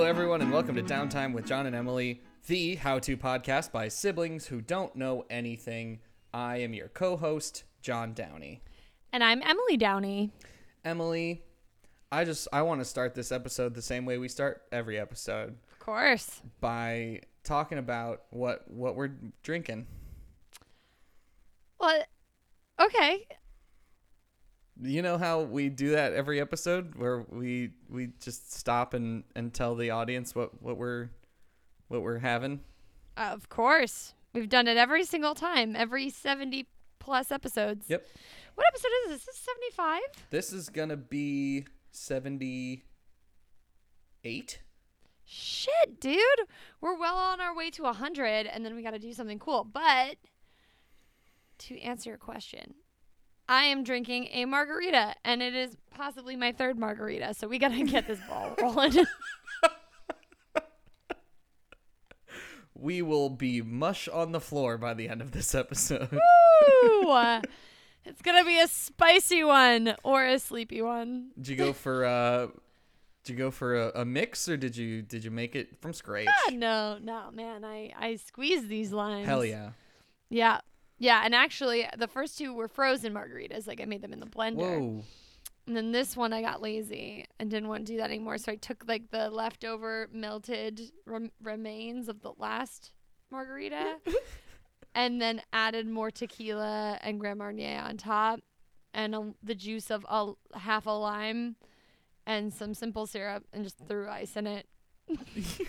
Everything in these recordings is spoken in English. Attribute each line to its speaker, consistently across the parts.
Speaker 1: welcome to Downtime with John and Emily, the how to podcast by siblings who don't know anything. I am your co host, John Downey.
Speaker 2: And I'm Emily Downey.
Speaker 1: Emily, I just I want to start this episode the same way we start every episode
Speaker 2: Of course.
Speaker 1: by talking about what what we're drinking.
Speaker 2: Well, okay.
Speaker 1: You know how we do that every episode where we we just stop and and tell the audience what what we're what we're having?
Speaker 2: Of course. We've done it every single time, every 70 plus episodes.
Speaker 1: Yep.
Speaker 2: What episode is this? Is this 75?
Speaker 1: This is going to be 78.
Speaker 2: Shit, dude. We're well on our way to 100, and then we got to do something cool. But to answer your question, I am drinking a margarita, and it is possibly my third margarita. So we got to get this ball rolling.
Speaker 1: We will be mush on the floor by the end of this episode.
Speaker 2: Ooh, uh, it's gonna be a spicy one or a sleepy one.
Speaker 1: did you go for uh did you go for a, a mix or did you did you make it from scratch?
Speaker 2: Ah, no, no, man, I I squeeze these limes.
Speaker 1: Hell yeah.
Speaker 2: Yeah, yeah, and actually, the first two were frozen margaritas. Like I made them in the blender,
Speaker 1: Whoa.
Speaker 2: and then this one I got lazy and didn't want to do that anymore. So I took like the leftover melted rem- remains of the last margarita, and then added more tequila and Grand Marnier on top, and a, the juice of a half a lime, and some simple syrup, and just threw ice in it. it's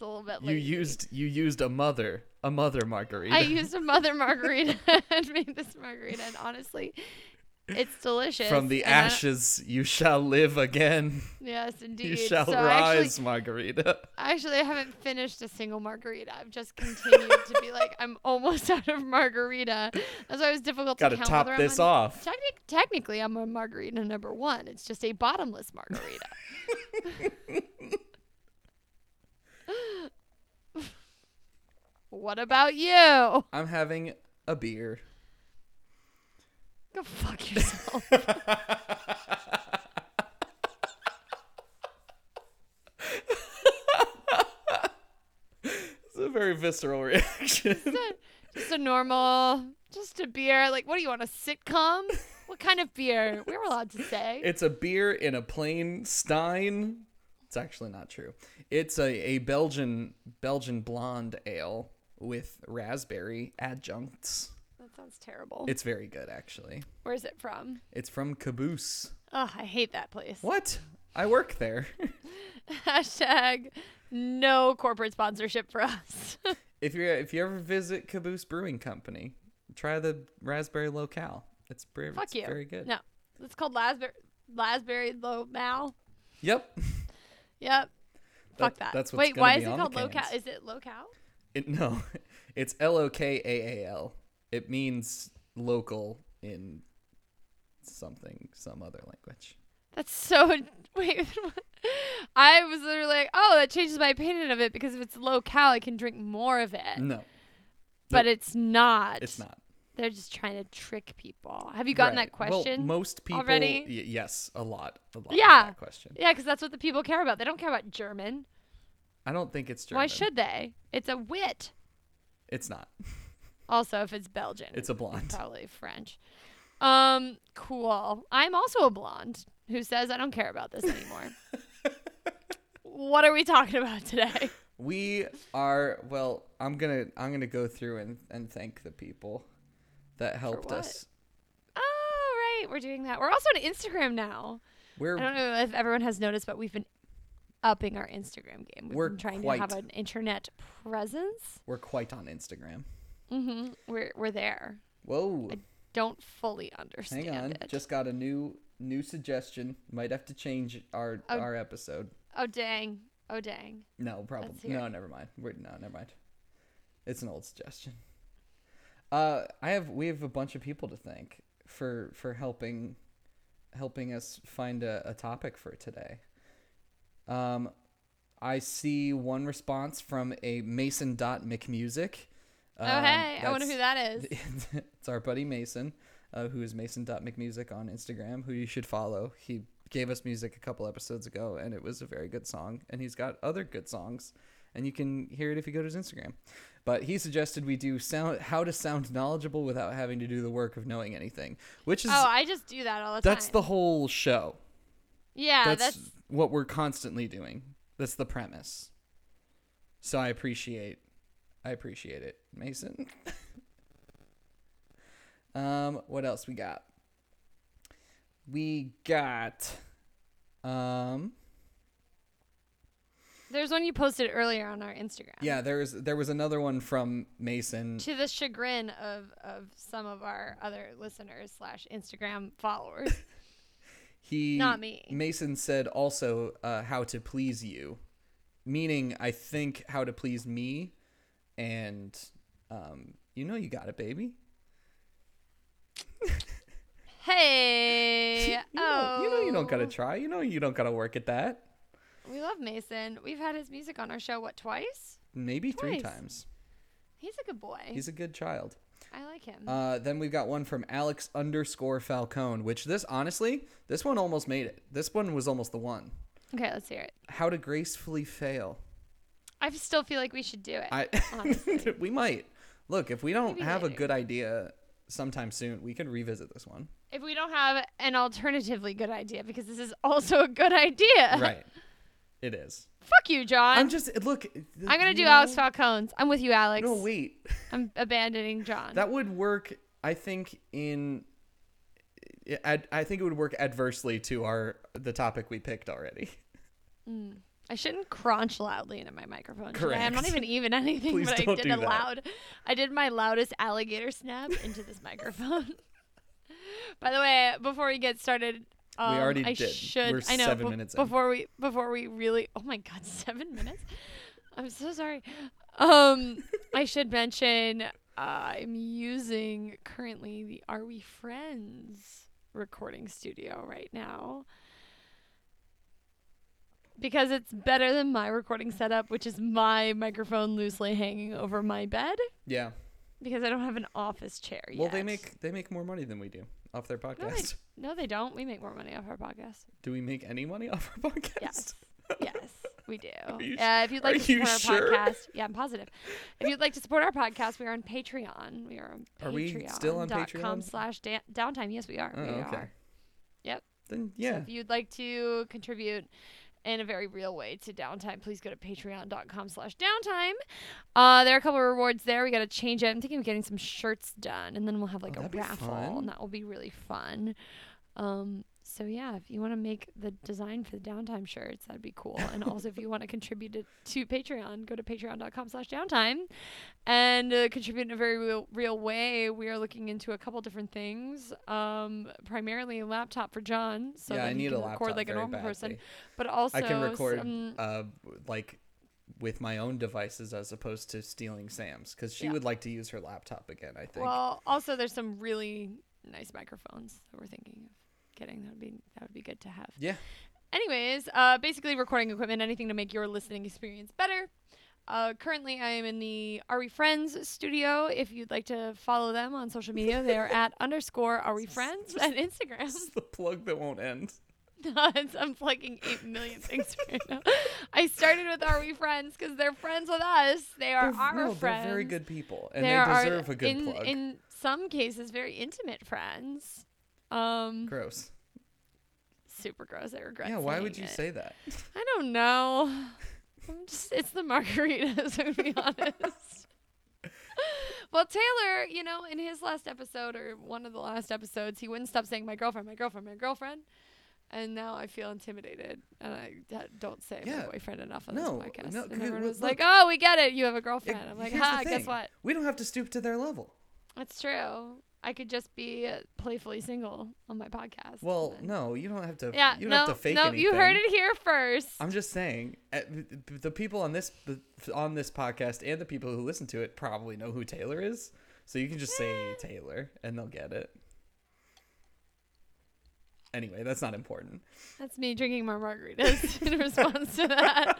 Speaker 2: a little bit.
Speaker 1: You
Speaker 2: lazy.
Speaker 1: used you used a mother, a mother margarita.
Speaker 2: I used a mother margarita and made this margarita, and honestly, it's delicious.
Speaker 1: from the
Speaker 2: and I don't-
Speaker 1: ashes you shall live again.
Speaker 2: Yes, indeed.
Speaker 1: You shall
Speaker 2: so I
Speaker 1: rise,
Speaker 2: actually,
Speaker 1: margarita.
Speaker 2: actually, I haven't finished a single margarita. I've just continued to be like, I'm almost out of margarita. That's why it was difficult
Speaker 1: Got
Speaker 2: to
Speaker 1: to
Speaker 2: count
Speaker 1: top
Speaker 2: whether
Speaker 1: this
Speaker 2: I'm on-
Speaker 1: off.
Speaker 2: Technic- technically, I'm on margarita number one. It's just a bottomless margarita. what about you?
Speaker 1: I'm having a beer.
Speaker 2: Go fuck yourself.
Speaker 1: It's a very visceral reaction.
Speaker 2: just a normal, just a beer. Like, what do you want? A sitcom? What kind of beer? We were allowed to say.
Speaker 1: It's a beer in a plain stein. It's actually not true. It's a, a Belgian Belgian blonde ale with raspberry adjuncts.
Speaker 2: that sounds terrible.
Speaker 1: It's very good actually.
Speaker 2: Where's it from?
Speaker 1: It's from Caboose.
Speaker 2: Oh, I hate that place.
Speaker 1: What? I work there.
Speaker 2: Hashtag no corporate sponsorship for us.
Speaker 1: if you if you ever visit Caboose Brewing Company, try the raspberry locale. It's, br-
Speaker 2: Fuck
Speaker 1: it's
Speaker 2: you.
Speaker 1: very good.
Speaker 2: No, it's called Lasberry Lasberry Low Mal.
Speaker 1: Yep.
Speaker 2: Yep. Fuck
Speaker 1: That-
Speaker 2: that.
Speaker 1: that's what's
Speaker 2: Wait,
Speaker 1: gonna
Speaker 2: why
Speaker 1: be
Speaker 2: is it
Speaker 1: on the
Speaker 2: called low
Speaker 1: cans.
Speaker 2: Is it low
Speaker 1: It, no, it's L O K A A L. It means local in something, some other language.
Speaker 2: That's so. Wait. I was literally like, oh, that changes my opinion of it because if it's low cal, I can drink more of it.
Speaker 1: No,
Speaker 2: But it's not.
Speaker 1: it's not.
Speaker 2: They're just trying to trick people. Have you gotten
Speaker 1: Right.
Speaker 2: that
Speaker 1: Well,
Speaker 2: question?
Speaker 1: most people
Speaker 2: already?
Speaker 1: y- yes, a lot, a lot. of
Speaker 2: Yeah.
Speaker 1: that question.
Speaker 2: yeah, because that's what the people care about. They don't care about German.
Speaker 1: I don't think it's German.
Speaker 2: Why should they? It's a wit.
Speaker 1: It's not.
Speaker 2: Also, if it's Belgian,
Speaker 1: It's a blonde.
Speaker 2: probably French. Um, cool. I'm also a blonde who says I don't care about this anymore. what are we talking about today?
Speaker 1: We are well. I'm gonna I'm gonna go through and and thank the people that helped
Speaker 2: what?
Speaker 1: us.
Speaker 2: Oh, right, we're doing that. We're also on Instagram now.
Speaker 1: We're
Speaker 2: I don't know if everyone has noticed, but we've been upping our Instagram game. We've
Speaker 1: We're
Speaker 2: been trying to have
Speaker 1: quite-
Speaker 2: an internet presence.
Speaker 1: we're quite on Instagram.
Speaker 2: Mm-hmm. We're we're there.
Speaker 1: Whoa.
Speaker 2: Don't fully understand
Speaker 1: Hang on,
Speaker 2: it.
Speaker 1: just got a new new suggestion. Might have to change our
Speaker 2: Oh.
Speaker 1: our episode.
Speaker 2: oh dang. Oh dang.
Speaker 1: No, probably
Speaker 2: hear
Speaker 1: no. Never mind. We're, no, never mind. It's an old suggestion. Uh, I have we have a bunch of people to thank for for helping helping us find a, a topic for today. Um, I see one response from a Mason dot Um, McMusic. Uh,
Speaker 2: oh hey, I Oh, wonder who that is.
Speaker 1: it's our buddy Mason. uh, who is mason.mcmusic on Instagram, who you should follow. He gave us music a couple episodes ago, and it was a very good song. And he's got other good songs, and you can hear it if you go to his Instagram. But he suggested we do sound how to sound knowledgeable without having to do the work of knowing anything, which is
Speaker 2: Oh, I just do that all the
Speaker 1: that's
Speaker 2: time.
Speaker 1: the whole show.
Speaker 2: yeah.
Speaker 1: that's,
Speaker 2: that's
Speaker 1: what we're constantly doing. That's the premise. So I appreciate, I appreciate it, Mason. um, what else we got? We got, um,
Speaker 2: there's one you posted earlier on our Instagram.
Speaker 1: yeah. There was there was another one from Mason.
Speaker 2: To the chagrin of of some of our other listeners slash Instagram followers.
Speaker 1: He
Speaker 2: Not me.
Speaker 1: Mason said also uh, how to please you, meaning I think how to please me, and um, you know you got it, baby.
Speaker 2: hey.
Speaker 1: You,
Speaker 2: oh.
Speaker 1: know, you know you don't gotta try. You know you don't gotta work at that.
Speaker 2: oh. We love Mason. We've had his music on our show what twice?
Speaker 1: Maybe three
Speaker 2: Twice.
Speaker 1: times.
Speaker 2: He's a good boy.
Speaker 1: He's a good child.
Speaker 2: I like him.
Speaker 1: Uh, then we've got one from Alex underscore Falcone, which this honestly, this one almost made it. This one was almost the one.
Speaker 2: okay, let's hear it.
Speaker 1: How to gracefully fail.
Speaker 2: I still feel like we should do it.
Speaker 1: I
Speaker 2: honestly.
Speaker 1: we might look if we don't
Speaker 2: Maybe
Speaker 1: have a
Speaker 2: later.
Speaker 1: good idea sometime soon. We can revisit this one.
Speaker 2: if we don't have an alternatively good idea, because this is also a good idea.
Speaker 1: right. It is.
Speaker 2: Fuck you, John.
Speaker 1: I'm
Speaker 2: I'm,
Speaker 1: just look.
Speaker 2: gonna
Speaker 1: you
Speaker 2: do
Speaker 1: know-
Speaker 2: Alex Falcone's. I'm with you, Alex.
Speaker 1: No, wait.
Speaker 2: I'm abandoning John.
Speaker 1: That would work, I think. In, I, I think it would work adversely to our the topic we picked already.
Speaker 2: I shouldn't crunch loudly into my microphone. should I? I'm not
Speaker 1: Correct.
Speaker 2: even even anything,
Speaker 1: Please
Speaker 2: but I
Speaker 1: don't
Speaker 2: did
Speaker 1: do
Speaker 2: a
Speaker 1: that.
Speaker 2: loud. I did my loudest alligator snap into this microphone. By the way, before we get started, um,
Speaker 1: already
Speaker 2: I
Speaker 1: did.
Speaker 2: should.
Speaker 1: We're
Speaker 2: I know.
Speaker 1: seven
Speaker 2: but
Speaker 1: minutes in.
Speaker 2: before we before we really. Oh my god, seven minutes. I'm so sorry. Um, I should mention I'm using currently the Are We Friends recording studio right now because it's better than my recording setup, which is my microphone loosely hanging over my bed
Speaker 1: Yeah.
Speaker 2: because I don't have an office chair yet.
Speaker 1: Well, they make they make more money than we do off their podcast.
Speaker 2: No, they, no, they don't. We make more money off our podcast.
Speaker 1: Do we make any money off our podcast?
Speaker 2: Yes. Yes, we do.
Speaker 1: you-
Speaker 2: Yeah, if you'd like
Speaker 1: are
Speaker 2: to support
Speaker 1: you
Speaker 2: our
Speaker 1: sure?
Speaker 2: podcast, yeah, I'm positive. If you'd like to support our podcast, we are on Patreon. We are on
Speaker 1: Are we still on
Speaker 2: patreon.com
Speaker 1: Patreon?
Speaker 2: slash da- downtime. Yes, we are.
Speaker 1: Oh,
Speaker 2: we
Speaker 1: okay.
Speaker 2: are. Yep.
Speaker 1: Then
Speaker 2: So
Speaker 1: yeah.
Speaker 2: if you'd like to contribute in a very real way to downtime, please go to patreon.com slash downtime. Uh, there are a couple of rewards there. We got to change it. I'm thinking of getting some shirts done, and then we'll have like
Speaker 1: Oh,
Speaker 2: a
Speaker 1: that'd be
Speaker 2: raffle,
Speaker 1: fun.
Speaker 2: and that will be really fun. Um, so yeah, if you want to make the design for the downtime shirts, that'd be cool. And also, if you want to contribute it to Patreon, go to patreon.com/downtime and uh, contribute in a very real, real way. We are looking into a couple different things, um, primarily a laptop for John, so
Speaker 1: yeah,
Speaker 2: that
Speaker 1: I
Speaker 2: he
Speaker 1: need
Speaker 2: can
Speaker 1: a laptop
Speaker 2: record like a
Speaker 1: very
Speaker 2: normal person, um,
Speaker 1: badly.
Speaker 2: but also
Speaker 1: I can record
Speaker 2: some-
Speaker 1: uh like with my own devices as opposed to stealing Sam's because she
Speaker 2: Yeah.
Speaker 1: would like to use her laptop again. I think.
Speaker 2: well, also there's some really nice microphones that we're thinking of getting. That would be that would be good to have.
Speaker 1: yeah.
Speaker 2: Anyways, uh, basically recording equipment, anything to make your listening experience better. Uh, currently, I am in the Are We Friends studio. If you'd like to follow them on social media, they are at underscore Are We Friends at Instagram.
Speaker 1: It's the plug that won't end.
Speaker 2: It's- I'm plugging eight million things right now. I started with Are We Friends because they're friends with us. They are
Speaker 1: They're-
Speaker 2: our
Speaker 1: no,
Speaker 2: friends.
Speaker 1: They're very good people, and
Speaker 2: There
Speaker 1: they
Speaker 2: are,
Speaker 1: deserve a good
Speaker 2: in,
Speaker 1: plug.
Speaker 2: In some cases, very intimate friends. Um,
Speaker 1: Gross.
Speaker 2: super gross. I regret.
Speaker 1: Yeah, why would
Speaker 2: saying
Speaker 1: you
Speaker 2: it.
Speaker 1: say that?
Speaker 2: I don't know. I'm just it's the margaritas, to be honest. well, Taylor, you know, in his last episode or one of the last episodes, he wouldn't stop saying my girlfriend, my girlfriend, my girlfriend. And now I feel intimidated, and I d- don't say
Speaker 1: Yeah.
Speaker 2: my boyfriend enough on
Speaker 1: No,
Speaker 2: this podcast.
Speaker 1: no,
Speaker 2: and
Speaker 1: good,
Speaker 2: everyone
Speaker 1: well,
Speaker 2: was like,
Speaker 1: look.
Speaker 2: "Oh, we get it. You have a
Speaker 1: It-
Speaker 2: girlfriend." I'm like,
Speaker 1: here's the
Speaker 2: "Ha, guess
Speaker 1: thing.
Speaker 2: what?
Speaker 1: We don't have to stoop to their level.
Speaker 2: That's true. I could just be uh, playfully single on my podcast."
Speaker 1: Well,
Speaker 2: and then-
Speaker 1: no, you don't have to.
Speaker 2: yeah,
Speaker 1: you don't
Speaker 2: no,
Speaker 1: have to fake
Speaker 2: no,
Speaker 1: anything.
Speaker 2: you heard it here first.
Speaker 1: I'm just saying, uh, th- th- the people on this on this podcast and the people who listen to it probably know who Taylor is, so you can just say
Speaker 2: Eh.
Speaker 1: Taylor, and they'll get it. Anyway, that's not important.
Speaker 2: That's me drinking my margaritas in response to that.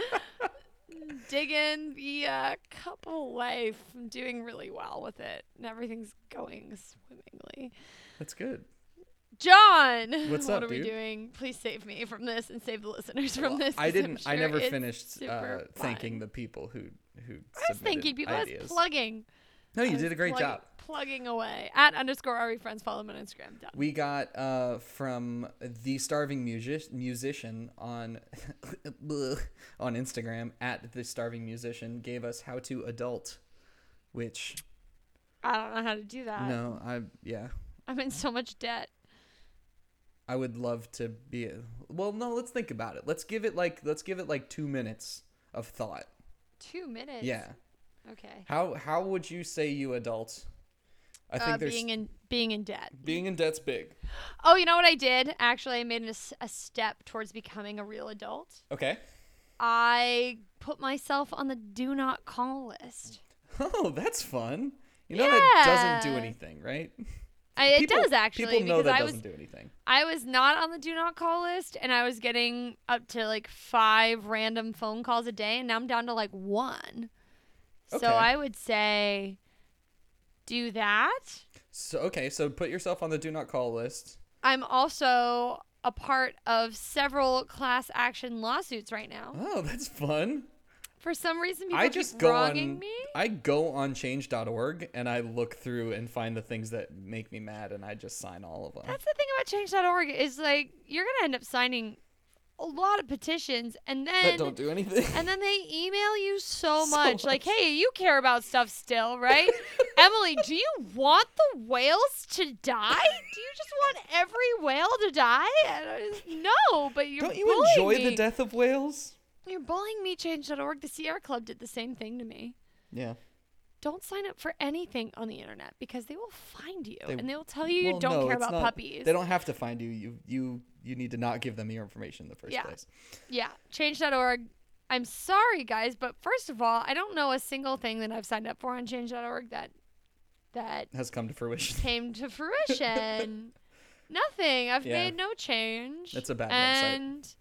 Speaker 2: Digging the uh, couple life. I'm doing really well with it, and everything's going swimmingly. actually.
Speaker 1: That's good.
Speaker 2: John,
Speaker 1: What's
Speaker 2: what
Speaker 1: up,
Speaker 2: are we
Speaker 1: dude?
Speaker 2: doing? Please save me from this and save the listeners from
Speaker 1: Well,
Speaker 2: this.
Speaker 1: I
Speaker 2: 'cause I'm
Speaker 1: didn't. I
Speaker 2: sure
Speaker 1: never
Speaker 2: it's
Speaker 1: finished uh,
Speaker 2: super
Speaker 1: thanking
Speaker 2: fun.
Speaker 1: the people who who.
Speaker 2: I was thanking
Speaker 1: submitted
Speaker 2: people. I
Speaker 1: Ideas.
Speaker 2: was plugging.
Speaker 1: no,
Speaker 2: I
Speaker 1: you
Speaker 2: was
Speaker 1: did a great
Speaker 2: plug-
Speaker 1: job.
Speaker 2: Plugging away at underscore RE friends. Follow them on Instagram. Done.
Speaker 1: We got uh, from the starving music- musician on on Instagram at the starving musician gave us how to adult, which
Speaker 2: I don't know how to do that.
Speaker 1: no, I yeah,
Speaker 2: I'm in so much debt.
Speaker 1: I would love to be. Well, no, let's think about it. Let's give it like let's give it like two minutes of thought.
Speaker 2: Two minutes.
Speaker 1: yeah,
Speaker 2: Okay.
Speaker 1: how how would you say you adult? I think
Speaker 2: uh,
Speaker 1: there's
Speaker 2: being in being in debt.
Speaker 1: being in debt's big.
Speaker 2: Oh, you know what I did? Actually, I made an, s- a step towards becoming a real adult.
Speaker 1: Okay.
Speaker 2: I put myself on the do not call list.
Speaker 1: Oh, that's fun. You know that doesn't do
Speaker 2: Yeah.
Speaker 1: anything, right?
Speaker 2: I, it
Speaker 1: People-
Speaker 2: does actually
Speaker 1: People know
Speaker 2: because
Speaker 1: that
Speaker 2: I was
Speaker 1: doesn't do anything.
Speaker 2: I was not on the do not call list and I was getting up to like five random phone calls a day and now I'm down to like one.
Speaker 1: Okay.
Speaker 2: So I would say do that.
Speaker 1: So okay, so put yourself on the do not call list.
Speaker 2: I'm also a part of several class action lawsuits right now.
Speaker 1: Oh, that's fun.
Speaker 2: For some reason people
Speaker 1: I
Speaker 2: keep
Speaker 1: just go
Speaker 2: wronging
Speaker 1: on
Speaker 2: me.
Speaker 1: I go on change.org and I look through and find the things that make me mad and I just sign all of them.
Speaker 2: That's the thing about change.org is like you're going to end up signing a lot of petitions and then
Speaker 1: that don't do anything.
Speaker 2: And then they email you so,
Speaker 1: So
Speaker 2: much, like,
Speaker 1: much.
Speaker 2: "Hey, you care about stuff still, right? Emily, do you want the whales to die? Do you just want every whale to die? And I was, no, but you're
Speaker 1: don't you
Speaker 2: bullying
Speaker 1: enjoy
Speaker 2: me.
Speaker 1: the death of whales?
Speaker 2: You're bullying me. Change.org, the Sierra Club did the same thing to me.
Speaker 1: Yeah.
Speaker 2: Don't sign up for anything on the internet because they will find you
Speaker 1: They-
Speaker 2: and they will tell you you
Speaker 1: Well,
Speaker 2: don't
Speaker 1: no,
Speaker 2: care
Speaker 1: it's
Speaker 2: about
Speaker 1: not-
Speaker 2: puppies.
Speaker 1: They don't have to find you. You you you need to not give them your information in the first
Speaker 2: Yeah.
Speaker 1: place.
Speaker 2: Yeah, change.org. I'm sorry, guys, but first of all, I don't know a single thing that I've signed up for on change.org that that
Speaker 1: Has come to fruition.
Speaker 2: came to fruition. Nothing. I've
Speaker 1: Yeah.
Speaker 2: made no change.
Speaker 1: It's a bad website.
Speaker 2: and website.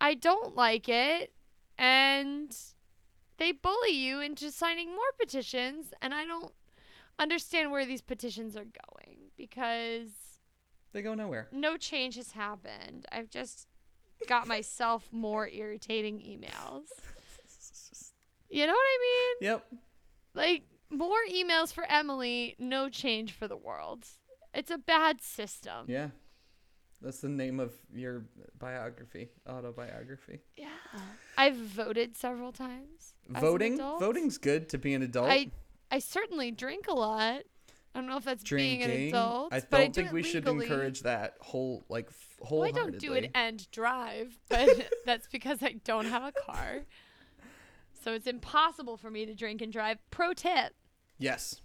Speaker 2: I don't like it. And they bully you into signing more petitions, and I don't understand where these petitions are going because
Speaker 1: They go nowhere.
Speaker 2: no change has happened. I've just got myself more irritating emails. You know what I mean?
Speaker 1: Yep.
Speaker 2: Like more emails for Emily, no change for the world. It's a bad system.
Speaker 1: Yeah. That's the name of your biography, autobiography.
Speaker 2: Yeah. I've voted several times. as an
Speaker 1: Voting?
Speaker 2: adult.
Speaker 1: Voting's good to be an adult.
Speaker 2: I I certainly drink a lot. I don't know if that's
Speaker 1: Drinking.
Speaker 2: being an adult.
Speaker 1: I
Speaker 2: but
Speaker 1: don't
Speaker 2: I do
Speaker 1: think
Speaker 2: it
Speaker 1: we should
Speaker 2: legally.
Speaker 1: encourage that whole like f-
Speaker 2: Well, I
Speaker 1: wholeheartedly.
Speaker 2: don't do it and drive, but that's because I don't have a car. So it's impossible for me to drink and drive. Pro tip.
Speaker 1: yes.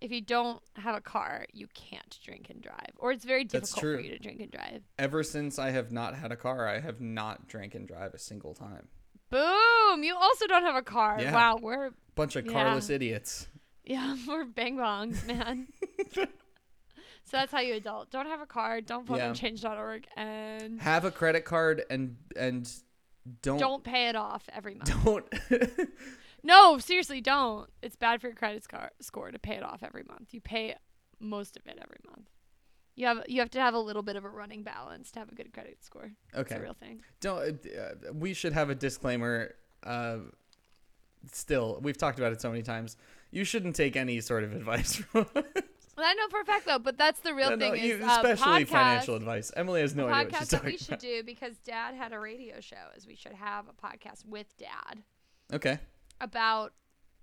Speaker 2: If you don't have a car, you can't drink and drive. Or it's very
Speaker 1: That's
Speaker 2: difficult
Speaker 1: true.
Speaker 2: for you to drink and drive.
Speaker 1: Ever since I have not had a car, I have not drank and drive a single time.
Speaker 2: Boom! You also don't have a car.
Speaker 1: Yeah.
Speaker 2: Wow, we're
Speaker 1: Bunch of
Speaker 2: Yeah.
Speaker 1: carless idiots.
Speaker 2: yeah, we're bang bongs, man. so that's how you adult. Don't have a car, don't vote
Speaker 1: Yeah.
Speaker 2: on change.org and
Speaker 1: Have a credit card and and don't
Speaker 2: don't pay it off every month.
Speaker 1: don't
Speaker 2: No, seriously, don't. It's bad for your credit scar- score to pay it off every month. You pay most of it every month. You have you have to have a little bit of a running balance to have a good credit score. It's
Speaker 1: okay.
Speaker 2: a real thing.
Speaker 1: Don't. Uh, we should have a disclaimer. Uh, still, we've talked about it so many times. You shouldn't take any sort of advice from.
Speaker 2: Well, I know for a fact though, but that's the real
Speaker 1: No, no,
Speaker 2: thing.
Speaker 1: you-
Speaker 2: is, uh,
Speaker 1: especially
Speaker 2: podcast,
Speaker 1: financial advice. Emily has no idea what
Speaker 2: podcast
Speaker 1: she's
Speaker 2: that we
Speaker 1: talking
Speaker 2: should
Speaker 1: about.
Speaker 2: do because Dad had a radio show. Is we should have a podcast with Dad
Speaker 1: Okay,
Speaker 2: about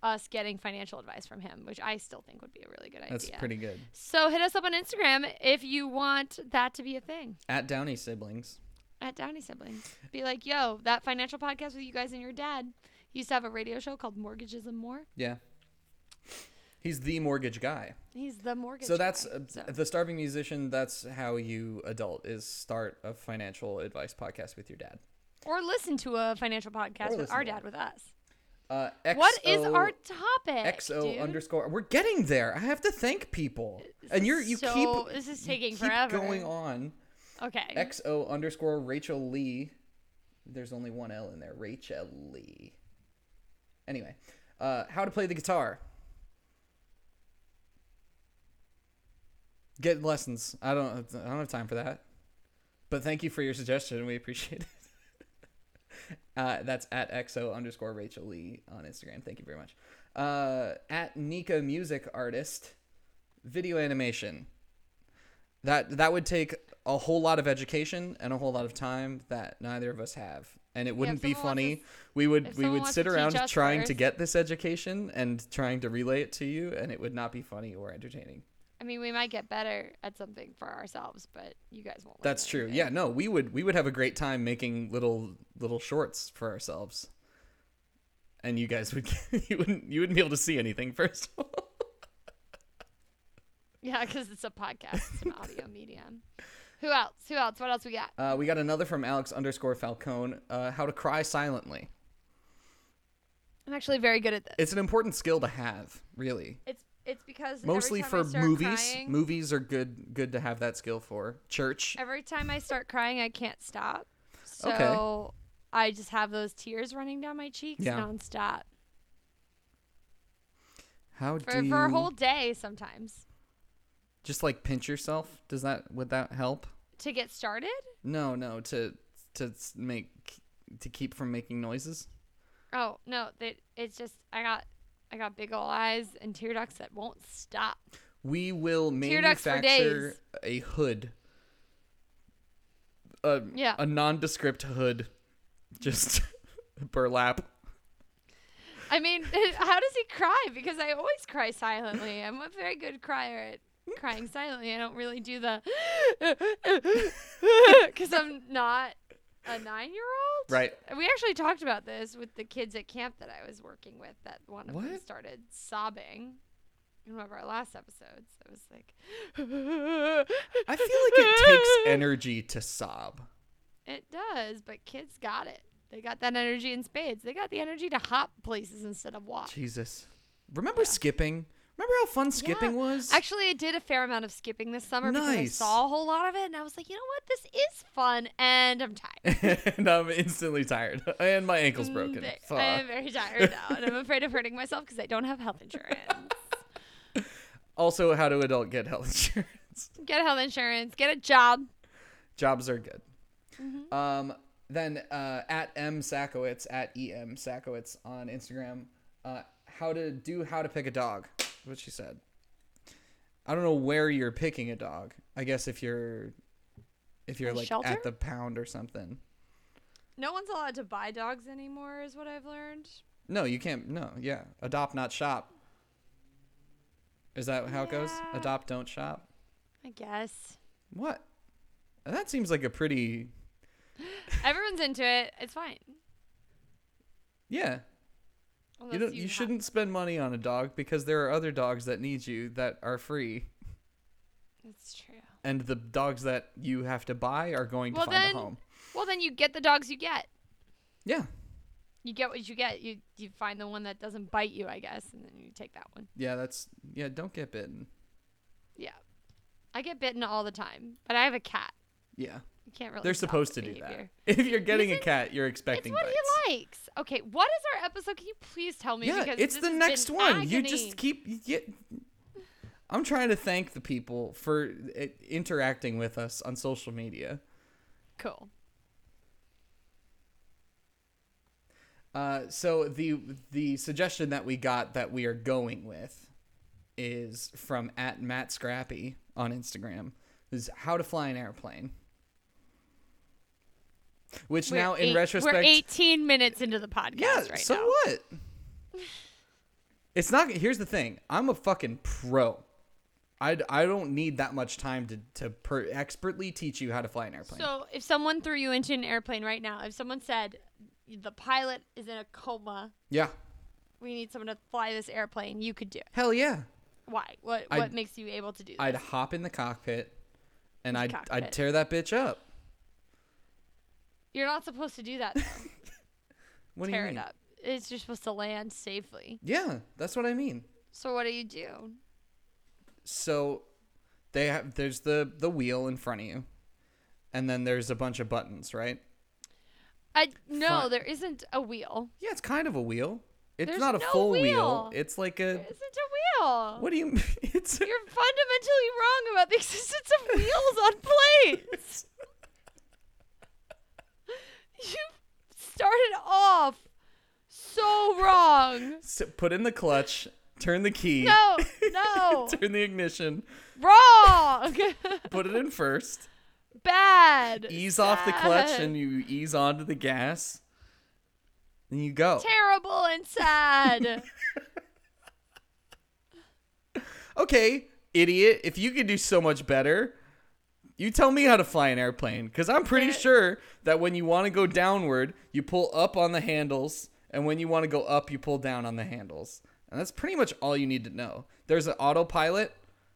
Speaker 2: us getting financial advice from him, which I still think would be a really good idea.
Speaker 1: that's pretty good.
Speaker 2: So hit us up on Instagram if you want that to be a thing.
Speaker 1: At Downey siblings.
Speaker 2: at Downey Siblings. Be like, yo, that financial podcast with you guys and your dad used to have a radio show called Mortgages and More.
Speaker 1: Yeah. He's the mortgage guy.
Speaker 2: He's the mortgage.
Speaker 1: so that's
Speaker 2: guy,
Speaker 1: uh,
Speaker 2: so.
Speaker 1: the starving musician. That's how you adult is start a financial advice podcast with your dad.
Speaker 2: or listen to a financial podcast
Speaker 1: Or
Speaker 2: with
Speaker 1: listen
Speaker 2: our
Speaker 1: to
Speaker 2: dad
Speaker 1: it.
Speaker 2: with us.
Speaker 1: Uh, XO,
Speaker 2: what is our topic?
Speaker 1: XO
Speaker 2: dude?
Speaker 1: underscore. We're getting there. I have to thank people, and you're you
Speaker 2: so-
Speaker 1: keep
Speaker 2: this is
Speaker 1: you
Speaker 2: taking
Speaker 1: keep
Speaker 2: forever.
Speaker 1: going on.
Speaker 2: Okay.
Speaker 1: XO underscore Rachel Lee. There's only one L in there. Rachel Lee. Anyway, uh, how to play the guitar. Get lessons. I don't. I don't have time for that. But thank you for your suggestion. We appreciate it. uh, that's at xo underscore Rachel Lee on Instagram. Thank you very much. Uh, at Nika Music Artist, video animation. That that would take a whole lot of education and a whole lot of time that neither of us have, and it wouldn't be
Speaker 2: someone wants
Speaker 1: funny.
Speaker 2: to
Speaker 1: we would
Speaker 2: if
Speaker 1: we
Speaker 2: someone
Speaker 1: would
Speaker 2: wants
Speaker 1: sit
Speaker 2: to teach
Speaker 1: around
Speaker 2: us
Speaker 1: trying to
Speaker 2: first-
Speaker 1: get this education and trying to relay it to you, and it would not be funny or entertaining.
Speaker 2: I mean, we might get better at something for ourselves, but you guys won't. learn
Speaker 1: That's true.
Speaker 2: anything.
Speaker 1: Yeah, no, we would we would have a great time making little little shorts for ourselves. And you guys would you wouldn't you wouldn't be able to see anything first of all.
Speaker 2: Yeah, because it's a podcast, it's an audio medium. Who else? Who else? What else we got?
Speaker 1: Uh, we got another from Alex underscore Falcone. Uh, how to cry silently.
Speaker 2: I'm actually very good at this.
Speaker 1: It's an important skill to have, really.
Speaker 2: It's it's because
Speaker 1: Mostly
Speaker 2: every time
Speaker 1: for
Speaker 2: I start
Speaker 1: movies.
Speaker 2: Crying,
Speaker 1: Movies are good good to have that skill for. Church.
Speaker 2: every time I start crying, I can't stop. So
Speaker 1: Okay.
Speaker 2: I just have those tears running down my cheeks
Speaker 1: Yeah.
Speaker 2: nonstop
Speaker 1: How
Speaker 2: for,
Speaker 1: do you
Speaker 2: for a whole day sometimes
Speaker 1: just like pinch yourself? Does that would that help?
Speaker 2: to get started.
Speaker 1: No, no, to to make to keep from making noises.
Speaker 2: Oh no, that it's just I got I got big ol' eyes and tear ducts that won't stop.
Speaker 1: We will
Speaker 2: Tear ducts for
Speaker 1: manufacture a hood. A,
Speaker 2: Yeah.
Speaker 1: a nondescript hood. Just burlap.
Speaker 2: I mean, how does he cry? Because I always cry silently. I'm a very good crier at crying silently. I don't really do the because I'm not a nine year old.
Speaker 1: Right.
Speaker 2: We actually talked about this with the kids at camp that I was working with. That one of them
Speaker 1: What?
Speaker 2: started sobbing in one of our last episodes. It was like
Speaker 1: I feel like it takes energy to sob.
Speaker 2: It does, but kids got it. They got that energy in spades. They got the energy to hop places instead of walk.
Speaker 1: Jesus. Remember skipping? Remember how fun skipping was?
Speaker 2: Actually, I did a fair amount of skipping this summer because I
Speaker 1: Nice.
Speaker 2: saw a whole lot of it, and I was like, you know what, this is fun, and I'm tired.
Speaker 1: and I'm instantly tired. And my ankle's broken.
Speaker 2: Mm,
Speaker 1: Fuck.
Speaker 2: I am very tired now, and I'm afraid of hurting myself because I don't have health insurance.
Speaker 1: Also, how do adult get health insurance?
Speaker 2: get health insurance. Get a job.
Speaker 1: Jobs are good.
Speaker 2: Mm-hmm.
Speaker 1: Um, then uh, at M Sakowitz at EM Sakowitz on Instagram, uh, how to do how to pick a dog. is What she said. I don't know where you're picking a dog. I guess if you're if you're
Speaker 2: A
Speaker 1: like
Speaker 2: shelter?
Speaker 1: at the pound or something.
Speaker 2: No one's allowed to buy dogs anymore, is what I've learned.
Speaker 1: No, you can't. No, yeah, adopt not shop. Is that how it goes?
Speaker 2: Yeah.
Speaker 1: Adopt don't shop.
Speaker 2: I guess
Speaker 1: What? That seems like a pretty
Speaker 2: everyone's into it. It's fine.
Speaker 1: yeah. You
Speaker 2: Unless
Speaker 1: don't. You
Speaker 2: have-
Speaker 1: shouldn't spend money on a dog because there are other dogs that need you that are free,
Speaker 2: It's true.
Speaker 1: and the dogs that you have to buy are going
Speaker 2: Well,
Speaker 1: to find
Speaker 2: then-
Speaker 1: a home.
Speaker 2: Well, then you get the dogs you get.
Speaker 1: Yeah,
Speaker 2: You get what you get. You you find the one that doesn't bite you, I guess, and then you take that one.
Speaker 1: yeah. That's yeah. Don't get bitten.
Speaker 2: Yeah, I get bitten all the time, but I have a cat.
Speaker 1: Yeah,
Speaker 2: You can't really.
Speaker 1: they're
Speaker 2: stop
Speaker 1: supposed
Speaker 2: the
Speaker 1: to do that.
Speaker 2: behavior.
Speaker 1: If you're getting a
Speaker 2: think-
Speaker 1: cat, you're
Speaker 2: It's
Speaker 1: expecting
Speaker 2: what
Speaker 1: bites.
Speaker 2: he likes. Okay, what is our episode? Can you please tell me?
Speaker 1: Yeah,
Speaker 2: because
Speaker 1: it's
Speaker 2: this
Speaker 1: the
Speaker 2: has
Speaker 1: next
Speaker 2: been
Speaker 1: one. You
Speaker 2: agony.
Speaker 1: just keep. You get, I'm trying to thank the people for uh, interacting with us on social media.
Speaker 2: cool.
Speaker 1: Uh, so the the suggestion that we got that we are going with is from at Matt Scrappy on Instagram. Is how to fly an airplane. Which now,
Speaker 2: We're
Speaker 1: in
Speaker 2: eight-
Speaker 1: retrospect,
Speaker 2: we're 18 minutes into the podcast
Speaker 1: yeah.
Speaker 2: right
Speaker 1: so
Speaker 2: now.
Speaker 1: what? It's not. Here's the thing. I'm a fucking pro. I, I don't need that much time to to per, expertly teach you how to fly an airplane.
Speaker 2: So if someone threw you into an airplane right now, if someone said the pilot is in a coma,
Speaker 1: yeah.
Speaker 2: we need someone to fly this airplane, you could do it.
Speaker 1: Hell yeah.
Speaker 2: Why? What
Speaker 1: I'd-
Speaker 2: what makes you able to do that?
Speaker 1: I'd hop in the cockpit, and I'd I'd
Speaker 2: Cockpit.
Speaker 1: tear that bitch up.
Speaker 2: You're not supposed to do that. Though.
Speaker 1: What do
Speaker 2: Tear
Speaker 1: you
Speaker 2: it
Speaker 1: mean?
Speaker 2: up. It's you're supposed to land safely.
Speaker 1: Yeah, that's what I mean.
Speaker 2: So what do you do?
Speaker 1: So they have there's the the wheel in front of you, and then there's a bunch of buttons, right?
Speaker 2: I no,
Speaker 1: Fine.
Speaker 2: there isn't a wheel.
Speaker 1: Yeah, it's kind of a wheel. It's
Speaker 2: There's
Speaker 1: not a
Speaker 2: no
Speaker 1: full wheel.
Speaker 2: wheel.
Speaker 1: It's like a
Speaker 2: There isn't a wheel.
Speaker 1: What do you? mean? It's
Speaker 2: You're fundamentally wrong about the existence of wheels on planes. you started off so wrong.
Speaker 1: so put in the clutch, turn the key,
Speaker 2: No, no,
Speaker 1: turn the ignition,
Speaker 2: wrong.
Speaker 1: put it in first,
Speaker 2: Bad.
Speaker 1: ease off the clutch,
Speaker 2: Sad.
Speaker 1: and you ease onto the gas. Then you go.
Speaker 2: terrible and sad.
Speaker 1: okay, idiot, if you could do so much better, you tell me how to fly an airplane. Because I'm pretty
Speaker 2: Yeah.
Speaker 1: sure that when you want to go downward, you pull up on the handles. And when you want to go up, you pull down on the handles. And that's pretty much all you need to know. There's an autopilot.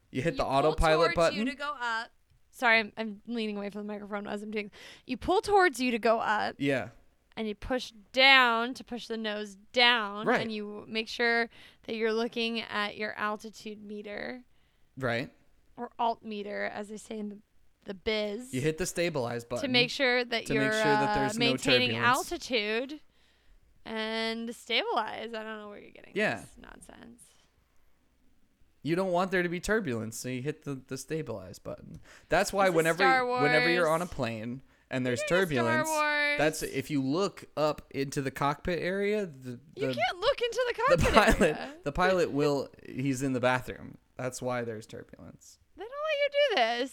Speaker 1: You hit the
Speaker 2: You pull
Speaker 1: autopilot
Speaker 2: towards You
Speaker 1: button.
Speaker 2: to go up. Sorry, I'm, I'm leaning away from the microphone as I'm doing. You pull towards you to go up,
Speaker 1: yeah.
Speaker 2: and you push down to push the nose down,
Speaker 1: Right.
Speaker 2: and you make sure that you're looking at your altitude meter
Speaker 1: Right.
Speaker 2: or alt meter, as they say in the, the biz,
Speaker 1: You hit the stabilize button.
Speaker 2: to make sure that
Speaker 1: to
Speaker 2: you're
Speaker 1: make sure that
Speaker 2: uh,
Speaker 1: there's no
Speaker 2: maintaining
Speaker 1: turbulence.
Speaker 2: altitude and stabilize. I don't know where you're getting
Speaker 1: Yeah.
Speaker 2: this nonsense.
Speaker 1: you don't want there to be turbulence, so you hit the, the stabilize button. That's why
Speaker 2: This is
Speaker 1: whenever
Speaker 2: Star
Speaker 1: whenever you're on a
Speaker 2: Wars.
Speaker 1: plane and there's
Speaker 2: Star
Speaker 1: turbulence,
Speaker 2: Wars.
Speaker 1: that's if you look up into the cockpit area, the
Speaker 2: You
Speaker 1: the,
Speaker 2: can't look into the
Speaker 1: the
Speaker 2: cockpit.
Speaker 1: pilot
Speaker 2: area.
Speaker 1: the pilot will he's in the bathroom. That's why there's turbulence.
Speaker 2: They don't let you do this.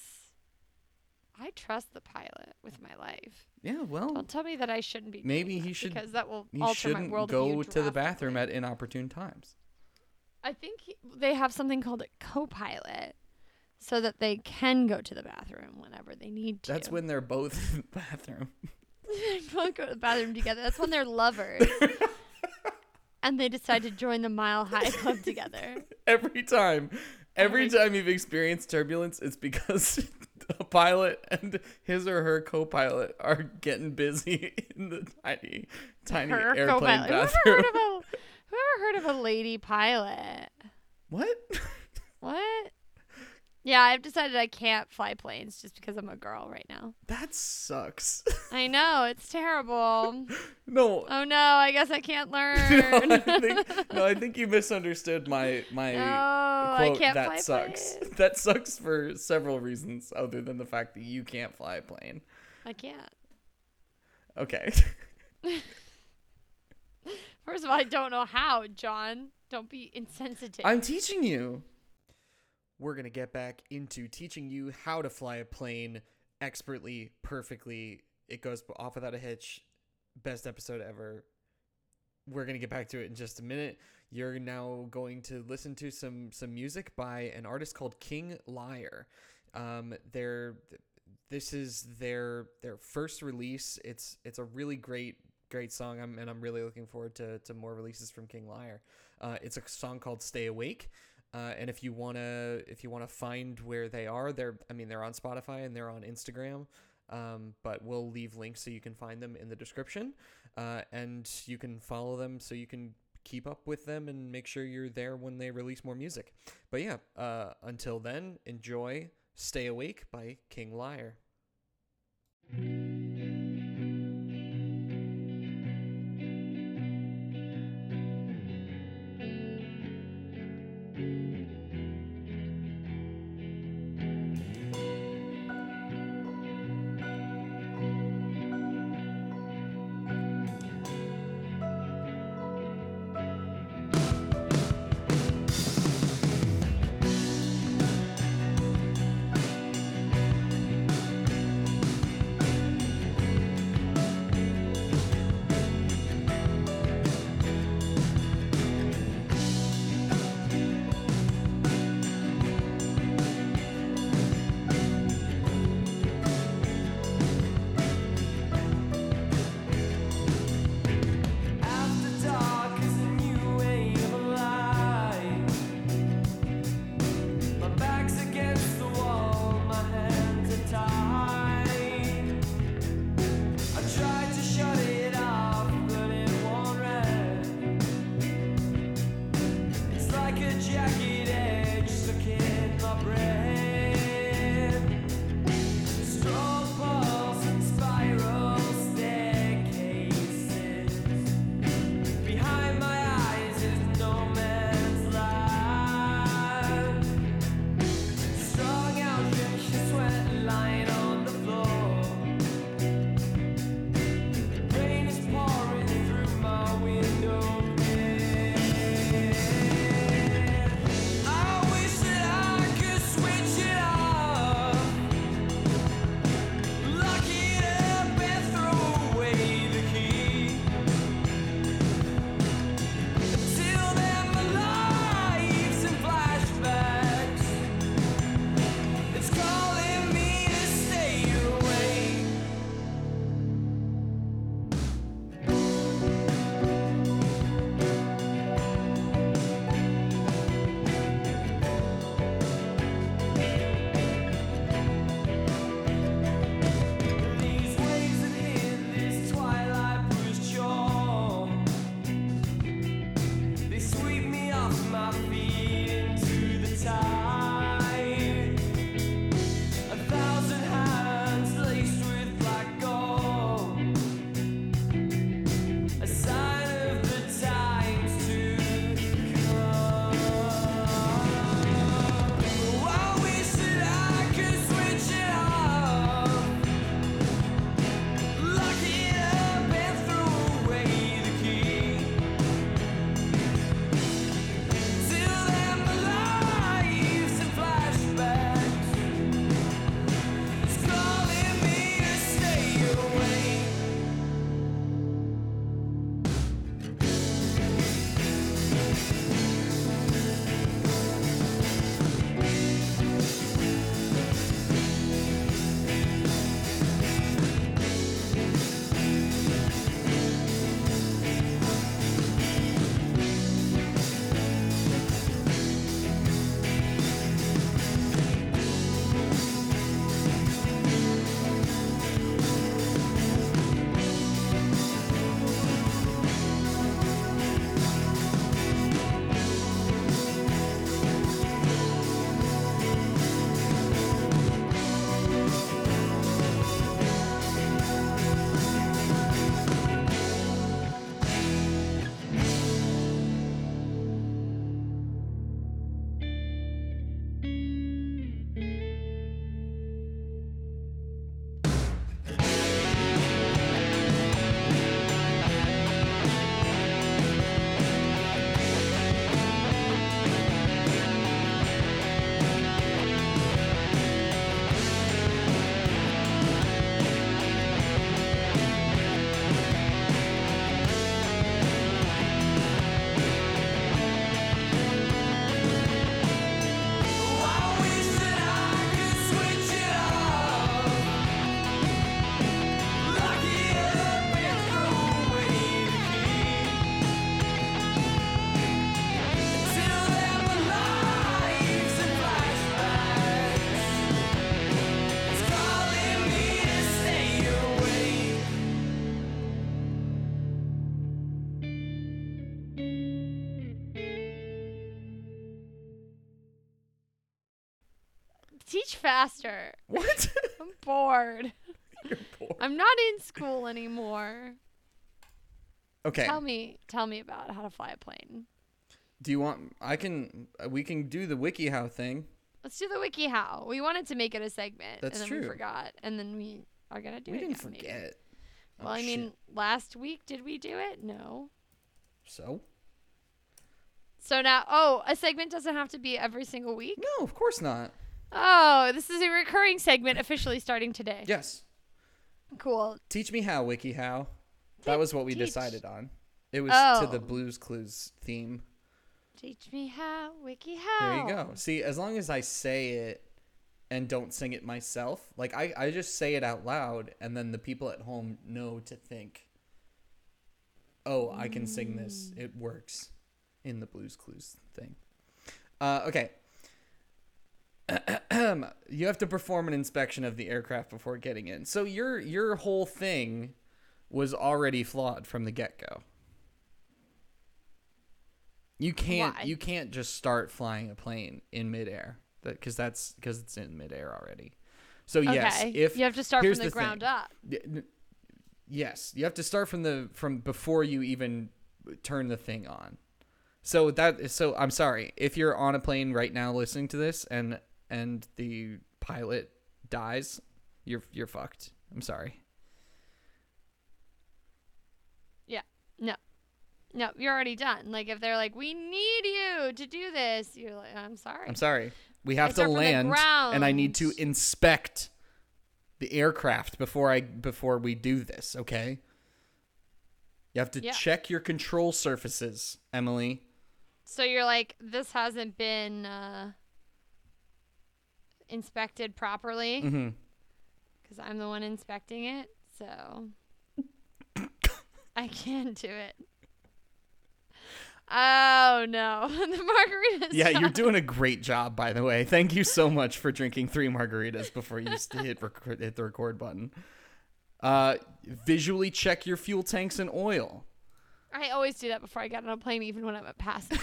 Speaker 2: I trust the pilot with my life.
Speaker 1: Yeah, well,
Speaker 2: Don't tell me that I shouldn't be. doing
Speaker 1: Maybe
Speaker 2: that,
Speaker 1: he should-
Speaker 2: because that will
Speaker 1: he
Speaker 2: alter my
Speaker 1: shouldn't
Speaker 2: world.
Speaker 1: go to the bathroom at inopportune times.
Speaker 2: I think he- they have something called a co-pilot, so that they can go to the bathroom whenever they need to.
Speaker 1: That's when they're both in the bathroom.
Speaker 2: they both go to the bathroom together. That's when they're lovers, and they decide to join the Mile High Club together.
Speaker 1: every time every
Speaker 2: my-
Speaker 1: time you've experienced turbulence it's because the pilot and his or her co-pilot are getting busy in the tiny tiny
Speaker 2: Her
Speaker 1: airplane
Speaker 2: co-pilot.
Speaker 1: bathroom
Speaker 2: Whoever heard of a whoever heard of a lady pilot?
Speaker 1: what
Speaker 2: What? Yeah, I've decided I can't fly planes just because I'm a girl right now.
Speaker 1: that sucks
Speaker 2: I know, it's terrible.
Speaker 1: no
Speaker 2: Oh no, I guess I can't
Speaker 1: no,
Speaker 2: learn.
Speaker 1: I think, no, I think you misunderstood my my
Speaker 2: No, Oh, I
Speaker 1: quote.
Speaker 2: can't
Speaker 1: that
Speaker 2: fly
Speaker 1: sucks.
Speaker 2: planes.
Speaker 1: That sucks for several reasons, other than the fact that you can't fly a plane.
Speaker 2: I can't.
Speaker 1: Okay,
Speaker 2: First of all, I don't know how, John. Don't be insensitive.
Speaker 1: I'm teaching you. We're going to get back into teaching you how to fly a plane expertly, perfectly. It goes off without a hitch. Best episode ever. We're going to get back to it in just a minute. You're now going to listen to some some music by an artist called King Liar. Um, they're this is their their first release. It's it's a really great great song. I'm, and I'm really looking forward to to more releases from King Liar. Uh, it's a song called "Stay Awake," uh, and if you wanna if you wanna find where they are, they're I mean they're on Spotify and they're on Instagram. Um, but we'll leave links so you can find them in the description, uh, and you can follow them so you can keep up with them and make sure you're there when they release more music. But yeah, uh, until then, enjoy "Stay Awake" by King Liar.
Speaker 2: faster.
Speaker 1: What?
Speaker 2: I'm bored.
Speaker 1: You're bored.
Speaker 2: I'm not in school anymore.
Speaker 1: Okay.
Speaker 2: Tell me, tell me about how to fly a plane.
Speaker 1: Do you want? I can. We can do the WikiHow thing.
Speaker 2: Let's do the wiki how. We wanted to make it a segment,
Speaker 1: That's
Speaker 2: and then we
Speaker 1: true.
Speaker 2: forgot, and then we are gonna do
Speaker 1: we
Speaker 2: it.
Speaker 1: didn't
Speaker 2: again, maybe.
Speaker 1: forget. Oh,
Speaker 2: Well, I
Speaker 1: shit.
Speaker 2: mean, last week did we do it? No.
Speaker 1: So?
Speaker 2: So now, oh, a segment doesn't have to be every single week.
Speaker 1: No, of course not.
Speaker 2: Oh, this is a recurring segment officially starting today.
Speaker 1: Yes.
Speaker 2: Cool.
Speaker 1: Teach me how, WikiHow. That was what we
Speaker 2: Teach.
Speaker 1: decided on. It was to the
Speaker 2: Oh.
Speaker 1: Blues Clues theme.
Speaker 2: Teach me how, wiki
Speaker 1: There
Speaker 2: how.
Speaker 1: you go. See, as long as I say it and don't sing it myself, like I, I just say it out loud and then the people at home know to think, oh, I can sing this. It works in the Blues Clues thing. Uh, okay. you have to perform an inspection of the aircraft before getting in. So your your whole thing was already flawed from the get go. You can't
Speaker 2: Why?
Speaker 1: you can't just start flying a plane in midair because that's because it's in midair already. So yes,
Speaker 2: okay.
Speaker 1: if
Speaker 2: you have to start from
Speaker 1: here's
Speaker 2: the,
Speaker 1: thing.
Speaker 2: ground up.
Speaker 1: Y- n- Yes, you have to start from the from before you even turn the thing on. So that so I'm sorry if you're on a plane right now listening to this and and the pilot dies, you're you're fucked. I'm sorry.
Speaker 2: No, you're already done. Like if they're like, we need you to do this, you're like, I'm sorry.
Speaker 1: I'm sorry. We have to
Speaker 2: start from the
Speaker 1: land and I need to
Speaker 2: ground.
Speaker 1: inspect the aircraft before I before we do this, okay? You have to
Speaker 2: Yeah.
Speaker 1: check your control surfaces, Emily.
Speaker 2: So you're like, this hasn't been uh, inspected properly
Speaker 1: Mhm.
Speaker 2: because I'm the one inspecting it. So I can't do it. Oh no, the margarita.
Speaker 1: Yeah,
Speaker 2: stopped.
Speaker 1: you're doing a great job, by the way. Thank you so much for drinking three margaritas before you s- hit, rec- hit the record button. Uh, visually check your fuel tanks and oil.
Speaker 2: I always do that before I get on a plane, even when I'm a passenger.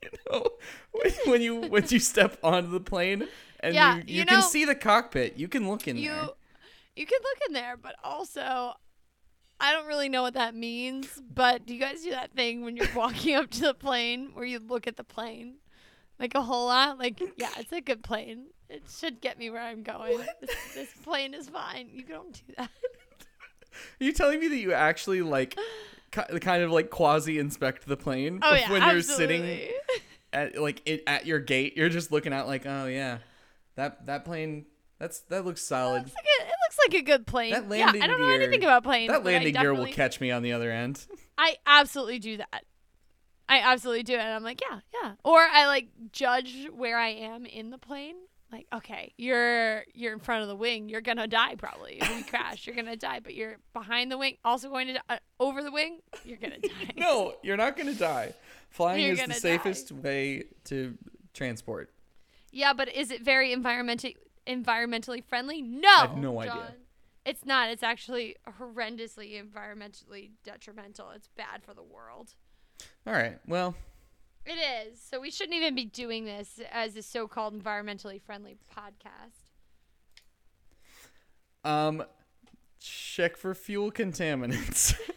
Speaker 1: You know, Oh, when- when you when you step onto the plane and
Speaker 2: Yeah,
Speaker 1: you, you,
Speaker 2: you
Speaker 1: can
Speaker 2: know-
Speaker 1: see the cockpit, you can look in
Speaker 2: you,
Speaker 1: there.
Speaker 2: you can look in there, but also. I don't really know what that means, but do you guys do that thing when you're walking up to the plane where you look at the plane? Like a whole lot? Like, yeah, it's a good plane. It should get me where I'm going. This, this plane is fine. You don't do that.
Speaker 1: Are you telling me that you actually like ki- kind of like quasi inspect the plane
Speaker 2: Oh, yeah.
Speaker 1: when you're sitting
Speaker 2: absolutely.
Speaker 1: at like it at your gate? You're just looking out like, oh yeah, that that plane that's that looks solid.
Speaker 2: Looks like a, it looks like a good plane.
Speaker 1: That landing
Speaker 2: yeah, I don't know
Speaker 1: gear-
Speaker 2: anything about planes.
Speaker 1: That
Speaker 2: but I
Speaker 1: landing gear will
Speaker 2: definitely-
Speaker 1: catch me on the other end.
Speaker 2: I absolutely do that. I absolutely do it. And I'm like, yeah, yeah. Or I like judge where I am in the plane. Like, okay, you're you're in front of the wing. You're gonna die probably if we crash. You're gonna die, but you're behind the wing, also going to die. Uh, over the wing. You're gonna die.
Speaker 1: No, you're not going to die. Flying
Speaker 2: You're
Speaker 1: is the
Speaker 2: gonna
Speaker 1: safest way to transport.
Speaker 2: Yeah, but is it very environmentally environmentally friendly? No. I
Speaker 1: have no idea.
Speaker 2: It's not. It's actually horrendously environmentally detrimental. It's bad for the world.
Speaker 1: All right. Well,
Speaker 2: It is. So we shouldn't even be doing this as a so-called environmentally friendly podcast.
Speaker 1: um check for fuel contaminants.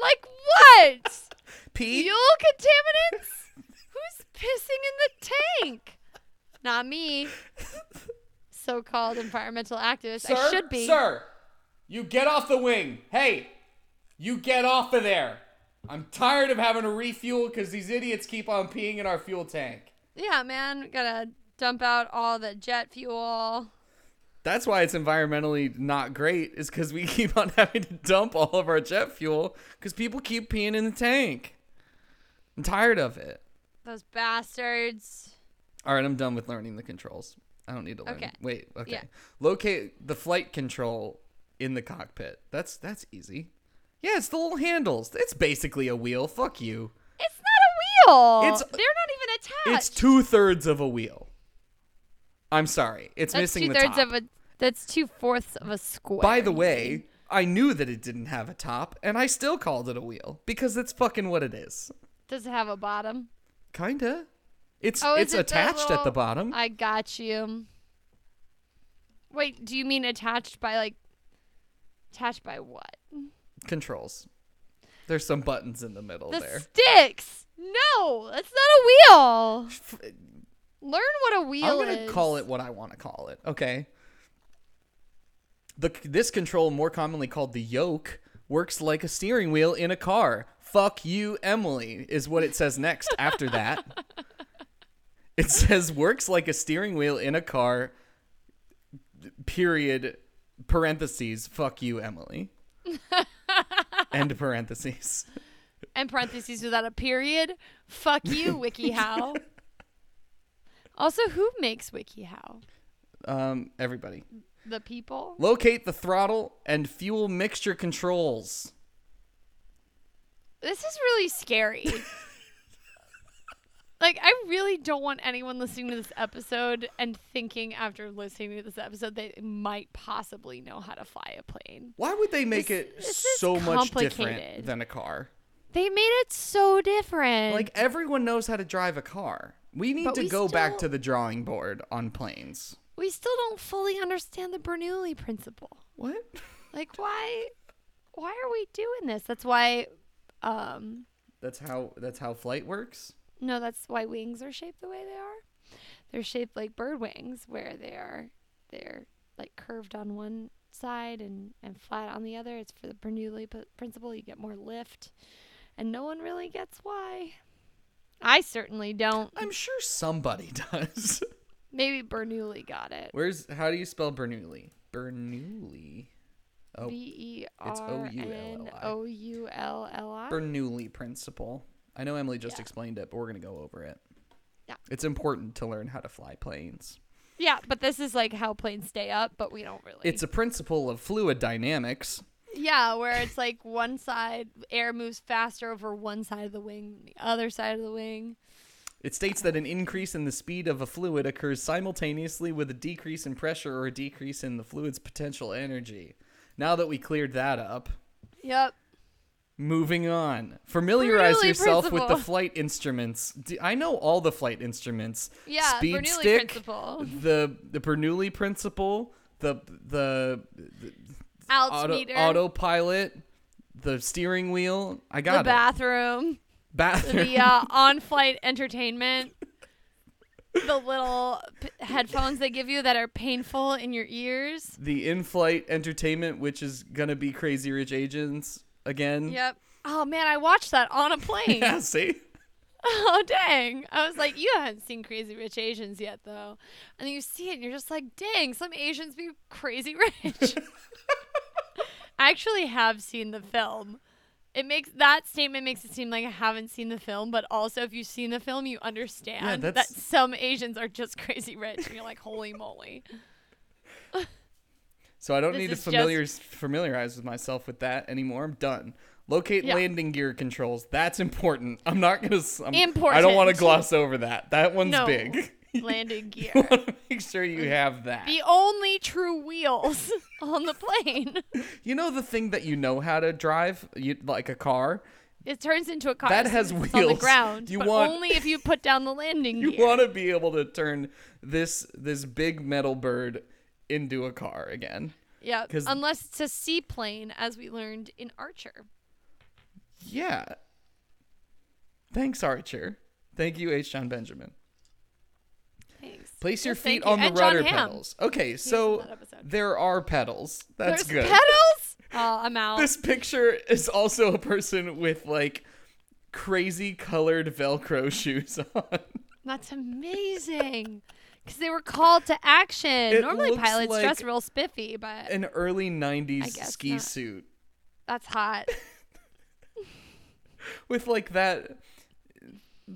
Speaker 2: Like what?
Speaker 1: Pete,
Speaker 2: Fuel contaminants? Who's pissing in the tank? Not me. So-called environmental activist. I should be.
Speaker 1: Sir, you get off the wing. Hey, you get off of there. I'm tired of having to refuel cuz these idiots keep on peeing in our fuel tank.
Speaker 2: Yeah, man. Gotta dump out all the jet fuel.
Speaker 1: That's why it's environmentally not great is cuz we keep on having to dump all of our jet fuel cuz people keep peeing in the tank. I'm tired of it.
Speaker 2: Those bastards.
Speaker 1: All right, I'm done with learning the controls. I don't need to learn.
Speaker 2: Okay.
Speaker 1: Wait, okay.
Speaker 2: Yeah.
Speaker 1: Locate the flight control in the cockpit. That's that's easy. Yeah, it's the little handles. It's basically a wheel. Fuck you.
Speaker 2: It's not a wheel.
Speaker 1: It's-
Speaker 2: They're not even
Speaker 1: It's
Speaker 2: attached.
Speaker 1: two thirds of a wheel. I'm sorry. It's
Speaker 2: that's
Speaker 1: missing the
Speaker 2: two-thirds
Speaker 1: top.
Speaker 2: of a. That's two fourths of a square.
Speaker 1: By the way, I knew that it didn't have a top, and I still called it a wheel because that's fucking what it is.
Speaker 2: does it have a bottom?
Speaker 1: Kinda. It's
Speaker 2: Oh, is
Speaker 1: it's
Speaker 2: it the
Speaker 1: attached at the
Speaker 2: little-
Speaker 1: bottom.
Speaker 2: I got you. Wait, do you mean attached by like attached by what?
Speaker 1: Controls. There's some buttons in the middle
Speaker 2: the
Speaker 1: there.
Speaker 2: sticks. No, that's not a wheel. Learn what a wheel
Speaker 1: uh, I'm gonna
Speaker 2: is.
Speaker 1: call it what I want to call it. Okay. The c- this control, more commonly called the yoke, works like a steering wheel in a car. Fuck you, Emily, is what it says next after that. It says works like a steering wheel in a car. Period. Parentheses. Fuck you, Emily. End parentheses.
Speaker 2: and parentheses without a period. Fuck you, WikiHow. also, who makes WikiHow?
Speaker 1: Um, everybody.
Speaker 2: The people.
Speaker 1: Locate the throttle and fuel mixture controls.
Speaker 2: This is really scary. like, I really don't want anyone listening to this episode and thinking after listening to this episode they might possibly know how to fly a plane.
Speaker 1: Why would they make
Speaker 2: This-
Speaker 1: it
Speaker 2: this is
Speaker 1: so much different
Speaker 2: complicated.
Speaker 1: than a car?
Speaker 2: They made it so different.
Speaker 1: Like everyone knows how to drive a car. We need
Speaker 2: But
Speaker 1: to
Speaker 2: we
Speaker 1: go back to
Speaker 2: still-
Speaker 1: the drawing board on planes.
Speaker 2: we still don't fully understand the Bernoulli principle.
Speaker 1: What?
Speaker 2: Like why why are we doing this? That's why um
Speaker 1: That's how that's how flight works.
Speaker 2: no, that's why wings are shaped the way they are. They're shaped like bird wings where they are they're like curved on one side and and flat on the other. It's for the Bernoulli p- principle, you get more lift. And no one really gets why. I certainly don't.
Speaker 1: I'm sure somebody does.
Speaker 2: Maybe Bernoulli got it.
Speaker 1: Where's how do you spell Bernoulli? Bernoulli. Oh.
Speaker 2: B E
Speaker 1: It's
Speaker 2: R N
Speaker 1: O-U-L-L-I.
Speaker 2: O U L L I.
Speaker 1: Bernoulli principle. I know Emily just
Speaker 2: Yeah.
Speaker 1: explained it, but we're gonna go over it.
Speaker 2: Yeah.
Speaker 1: It's important to learn how to fly planes.
Speaker 2: Yeah, but this is like how planes stay up, but we don't really.
Speaker 1: It's a principle of fluid dynamics.
Speaker 2: yeah, where it's like one side air moves faster over one side of the wing than the other side of the wing.
Speaker 1: It states that an increase in the speed of a fluid occurs simultaneously with a decrease in pressure or a decrease in the fluid's potential energy. Now that we cleared that up,
Speaker 2: Yep.
Speaker 1: moving on. Familiarize
Speaker 2: Bernoulli
Speaker 1: yourself with the
Speaker 2: principle.
Speaker 1: flight instruments. D- I know all the flight instruments.
Speaker 2: Yeah.
Speaker 1: Speed
Speaker 2: Bernoulli
Speaker 1: stick,
Speaker 2: principle.
Speaker 1: the the Bernoulli principle, the the, the auto,
Speaker 2: Altimeter.
Speaker 1: autopilot, the steering wheel. I got
Speaker 2: the
Speaker 1: it.
Speaker 2: bathroom.
Speaker 1: Bathroom.
Speaker 2: The uh, on-flight entertainment. The little p- headphones they give you that are painful in your ears.
Speaker 1: the in-flight entertainment, which is gonna be Crazy Rich Agents again.
Speaker 2: Yep. Oh man, I watched that on a plane.
Speaker 1: Yeah, see?
Speaker 2: Oh dang! I was like, you haven't seen Crazy Rich Asians yet, though, and then you see it, and you're just like, dang, some Asians be crazy rich. I actually have seen the film. It makes that statement makes it seem like I haven't seen the film, but also if you've seen the film, you understand that
Speaker 1: that's-
Speaker 2: some Asians are just crazy rich, and you're like, holy moly!
Speaker 1: So I don't
Speaker 2: This
Speaker 1: need to
Speaker 2: is just-
Speaker 1: familiar, familiarize with myself with that anymore. I'm done. Locate
Speaker 2: Yeah.
Speaker 1: landing gear controls. That's important. I'm not gonna. s- I'm, I don't
Speaker 2: Important.
Speaker 1: want to gloss over that. That one's
Speaker 2: No.
Speaker 1: big.
Speaker 2: Landing gear,
Speaker 1: you want to make sure you have that.
Speaker 2: the only true wheels on the plane.
Speaker 1: You know the thing that you know how to drive, you, like a car.
Speaker 2: It turns into a car
Speaker 1: That
Speaker 2: as
Speaker 1: has
Speaker 2: soon as it's on the
Speaker 1: wheels.
Speaker 2: ground.
Speaker 1: You
Speaker 2: but
Speaker 1: want-
Speaker 2: only if you put down the landing
Speaker 1: You
Speaker 2: gear.
Speaker 1: want to be able to turn this this big metal bird into a car again.
Speaker 2: Yeah,
Speaker 1: 'Cause-
Speaker 2: unless it's a seaplane, as we learned in Archer.
Speaker 1: Yeah. Thanks, Archer. Thank you, H. John Benjamin.
Speaker 2: Thanks.
Speaker 1: Place your
Speaker 2: Yes,
Speaker 1: feet
Speaker 2: thank you.
Speaker 1: on the
Speaker 2: And John
Speaker 1: rudder
Speaker 2: Hamm.
Speaker 1: pedals. Okay,
Speaker 2: in
Speaker 1: so
Speaker 2: that episode.
Speaker 1: there are pedals. That's
Speaker 2: There's
Speaker 1: good.
Speaker 2: pedals. Oh, I'm out.
Speaker 1: this picture is also a person with like crazy colored Velcro shoes on.
Speaker 2: That's amazing. Because they were called to action. Normally,
Speaker 1: looks
Speaker 2: pilots
Speaker 1: like-
Speaker 2: dress real spiffy, but
Speaker 1: An early
Speaker 2: I
Speaker 1: 90s
Speaker 2: guess
Speaker 1: ski
Speaker 2: not.
Speaker 1: suit
Speaker 2: that's hot.
Speaker 1: with like that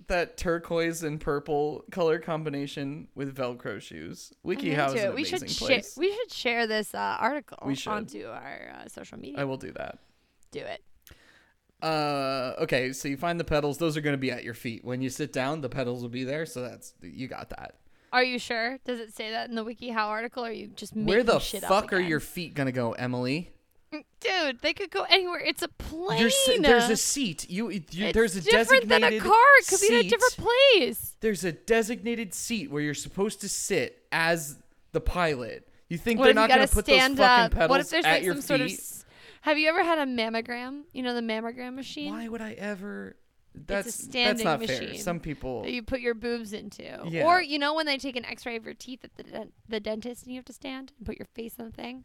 Speaker 1: that turquoise and purple color combination with Velcro shoes.
Speaker 2: I'm
Speaker 1: WikiHow
Speaker 2: into
Speaker 1: is an
Speaker 2: it. We should
Speaker 1: amazing
Speaker 2: share.
Speaker 1: place.
Speaker 2: We should share this uh, article
Speaker 1: We should.
Speaker 2: onto our uh, social media.
Speaker 1: I will do that.
Speaker 2: Do it.
Speaker 1: Uh, okay, so you find the pedals. Those are going to be at your feet. When you sit down, the pedals will be there. So that's you got that.
Speaker 2: Are you sure? Does it say that in the WikiHow article? Or are you just making
Speaker 1: Where the
Speaker 2: shit up
Speaker 1: fuck are
Speaker 2: again?
Speaker 1: your feet gonna go, Emily?
Speaker 2: Dude, they could go anywhere. It's a plane.
Speaker 1: You're si- there's a seat. You, you
Speaker 2: It's
Speaker 1: there's a
Speaker 2: different than a
Speaker 1: designated
Speaker 2: car. It could be in a
Speaker 1: seat.
Speaker 2: different place.
Speaker 1: There's a designated seat where you're supposed to sit as the pilot. You think
Speaker 2: What
Speaker 1: they're
Speaker 2: if you
Speaker 1: not
Speaker 2: gotta
Speaker 1: going to put those
Speaker 2: stand
Speaker 1: fucking
Speaker 2: up?
Speaker 1: pedals
Speaker 2: What if there's
Speaker 1: at
Speaker 2: like
Speaker 1: your
Speaker 2: some
Speaker 1: feet?
Speaker 2: sort of? s- Have you ever had a mammogram? You know the mammogram machine
Speaker 1: Why would I ever? That's that's
Speaker 2: standing
Speaker 1: not fair.
Speaker 2: machine.
Speaker 1: Some people.
Speaker 2: that you put your boobs into,
Speaker 1: Yeah.
Speaker 2: or you know when they take an X-ray of your teeth at the dent the dentist and you have to stand and put your face on the thing.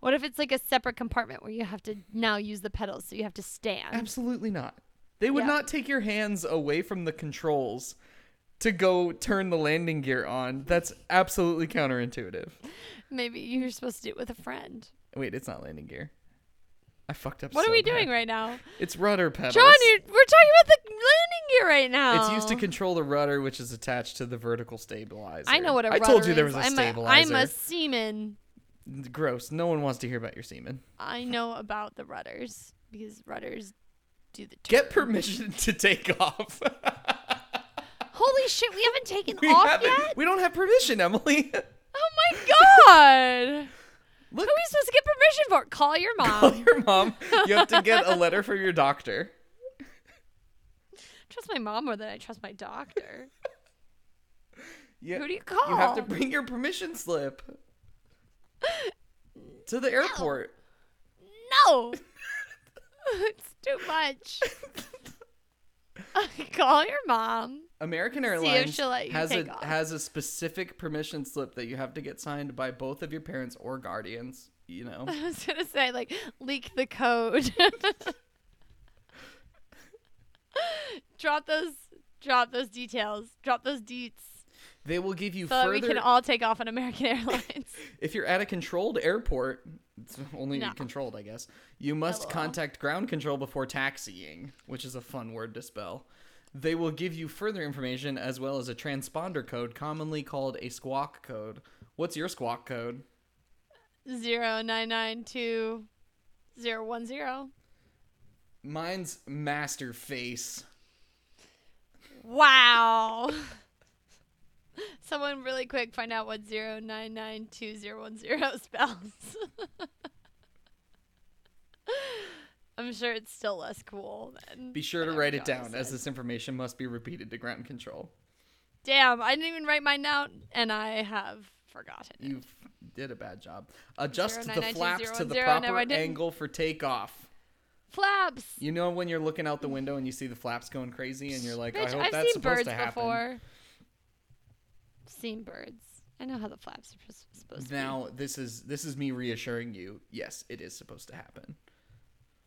Speaker 2: What if it's like a separate compartment where you have to now use the pedals, so you have to stand?
Speaker 1: Absolutely not. They would
Speaker 2: Yeah.
Speaker 1: not take your hands away from the controls to go turn the landing gear on. That's absolutely counterintuitive.
Speaker 2: Maybe you're supposed to do it with a friend.
Speaker 1: Wait, it's not landing gear. I fucked up.
Speaker 2: What
Speaker 1: so
Speaker 2: are we
Speaker 1: bad.
Speaker 2: doing right now?
Speaker 1: It's rudder pedals.
Speaker 2: John, you we're talking about the landing gear right now.
Speaker 1: It's used to control the rudder, which is attached to the vertical stabilizer.
Speaker 2: I know what a
Speaker 1: I
Speaker 2: rudder
Speaker 1: told you there
Speaker 2: is.
Speaker 1: was a
Speaker 2: I'm
Speaker 1: stabilizer.
Speaker 2: A, I'm a seaman.
Speaker 1: Gross. No one wants to hear about your semen.
Speaker 2: I know about the rudders because rudders do the. T-
Speaker 1: Get permission to take off.
Speaker 2: Holy shit! We haven't taken
Speaker 1: we,
Speaker 2: off
Speaker 1: haven't-
Speaker 2: yet.
Speaker 1: we don't have permission, Emily.
Speaker 2: Oh my god!
Speaker 1: Look,
Speaker 2: Who are we supposed to get permission for? Call your mom.
Speaker 1: call your mom. You have to get a letter from your doctor.
Speaker 2: trust my mom more than I trust my doctor.
Speaker 1: You,
Speaker 2: Who do you call?
Speaker 1: you have to bring your permission slip to the airport.
Speaker 2: no. it's too much. Call your mom.
Speaker 1: American Airlines
Speaker 2: she'll let you
Speaker 1: has
Speaker 2: take
Speaker 1: a
Speaker 2: off.
Speaker 1: has a specific permission slip that you have to get signed by both of your parents or guardians. You know,
Speaker 2: I was gonna say like leak the code. drop those. Drop those details. Drop those deets.
Speaker 1: they will give you
Speaker 2: So that we
Speaker 1: further
Speaker 2: can all take off on American Airlines.
Speaker 1: if you're at a controlled airport. It's only
Speaker 2: No.
Speaker 1: controlled, I guess. You must
Speaker 2: Hello.
Speaker 1: contact ground control before taxiing, which is a fun word to spell. They will give you further information as well as a transponder code, commonly called a squawk code. What's your squawk code?
Speaker 2: Zero nine nine two zero one zero.
Speaker 1: Mine's master face.
Speaker 2: Wow. Someone really quick find out what 0992010 spells. I'm sure it's still less cool than
Speaker 1: Be sure to
Speaker 2: whatever
Speaker 1: write it
Speaker 2: Donna
Speaker 1: down, as
Speaker 2: said.
Speaker 1: this information must be repeated to ground control.
Speaker 2: Damn, I didn't even write mine out and I have forgotten. it.
Speaker 1: You did a bad job. Adjust the
Speaker 2: 0992010,
Speaker 1: flaps to the
Speaker 2: no, I
Speaker 1: proper
Speaker 2: didn't.
Speaker 1: angle for takeoff.
Speaker 2: Flaps.
Speaker 1: You know when you're looking out the window and you see the flaps going crazy, and you're like,
Speaker 2: Bitch,
Speaker 1: "I hope
Speaker 2: I've
Speaker 1: that's
Speaker 2: seen
Speaker 1: supposed
Speaker 2: birds
Speaker 1: to happen."
Speaker 2: before. Seen birds. I know how the flaps are pres- supposed to
Speaker 1: Now this is this is me reassuring you. Yes, it is supposed to happen.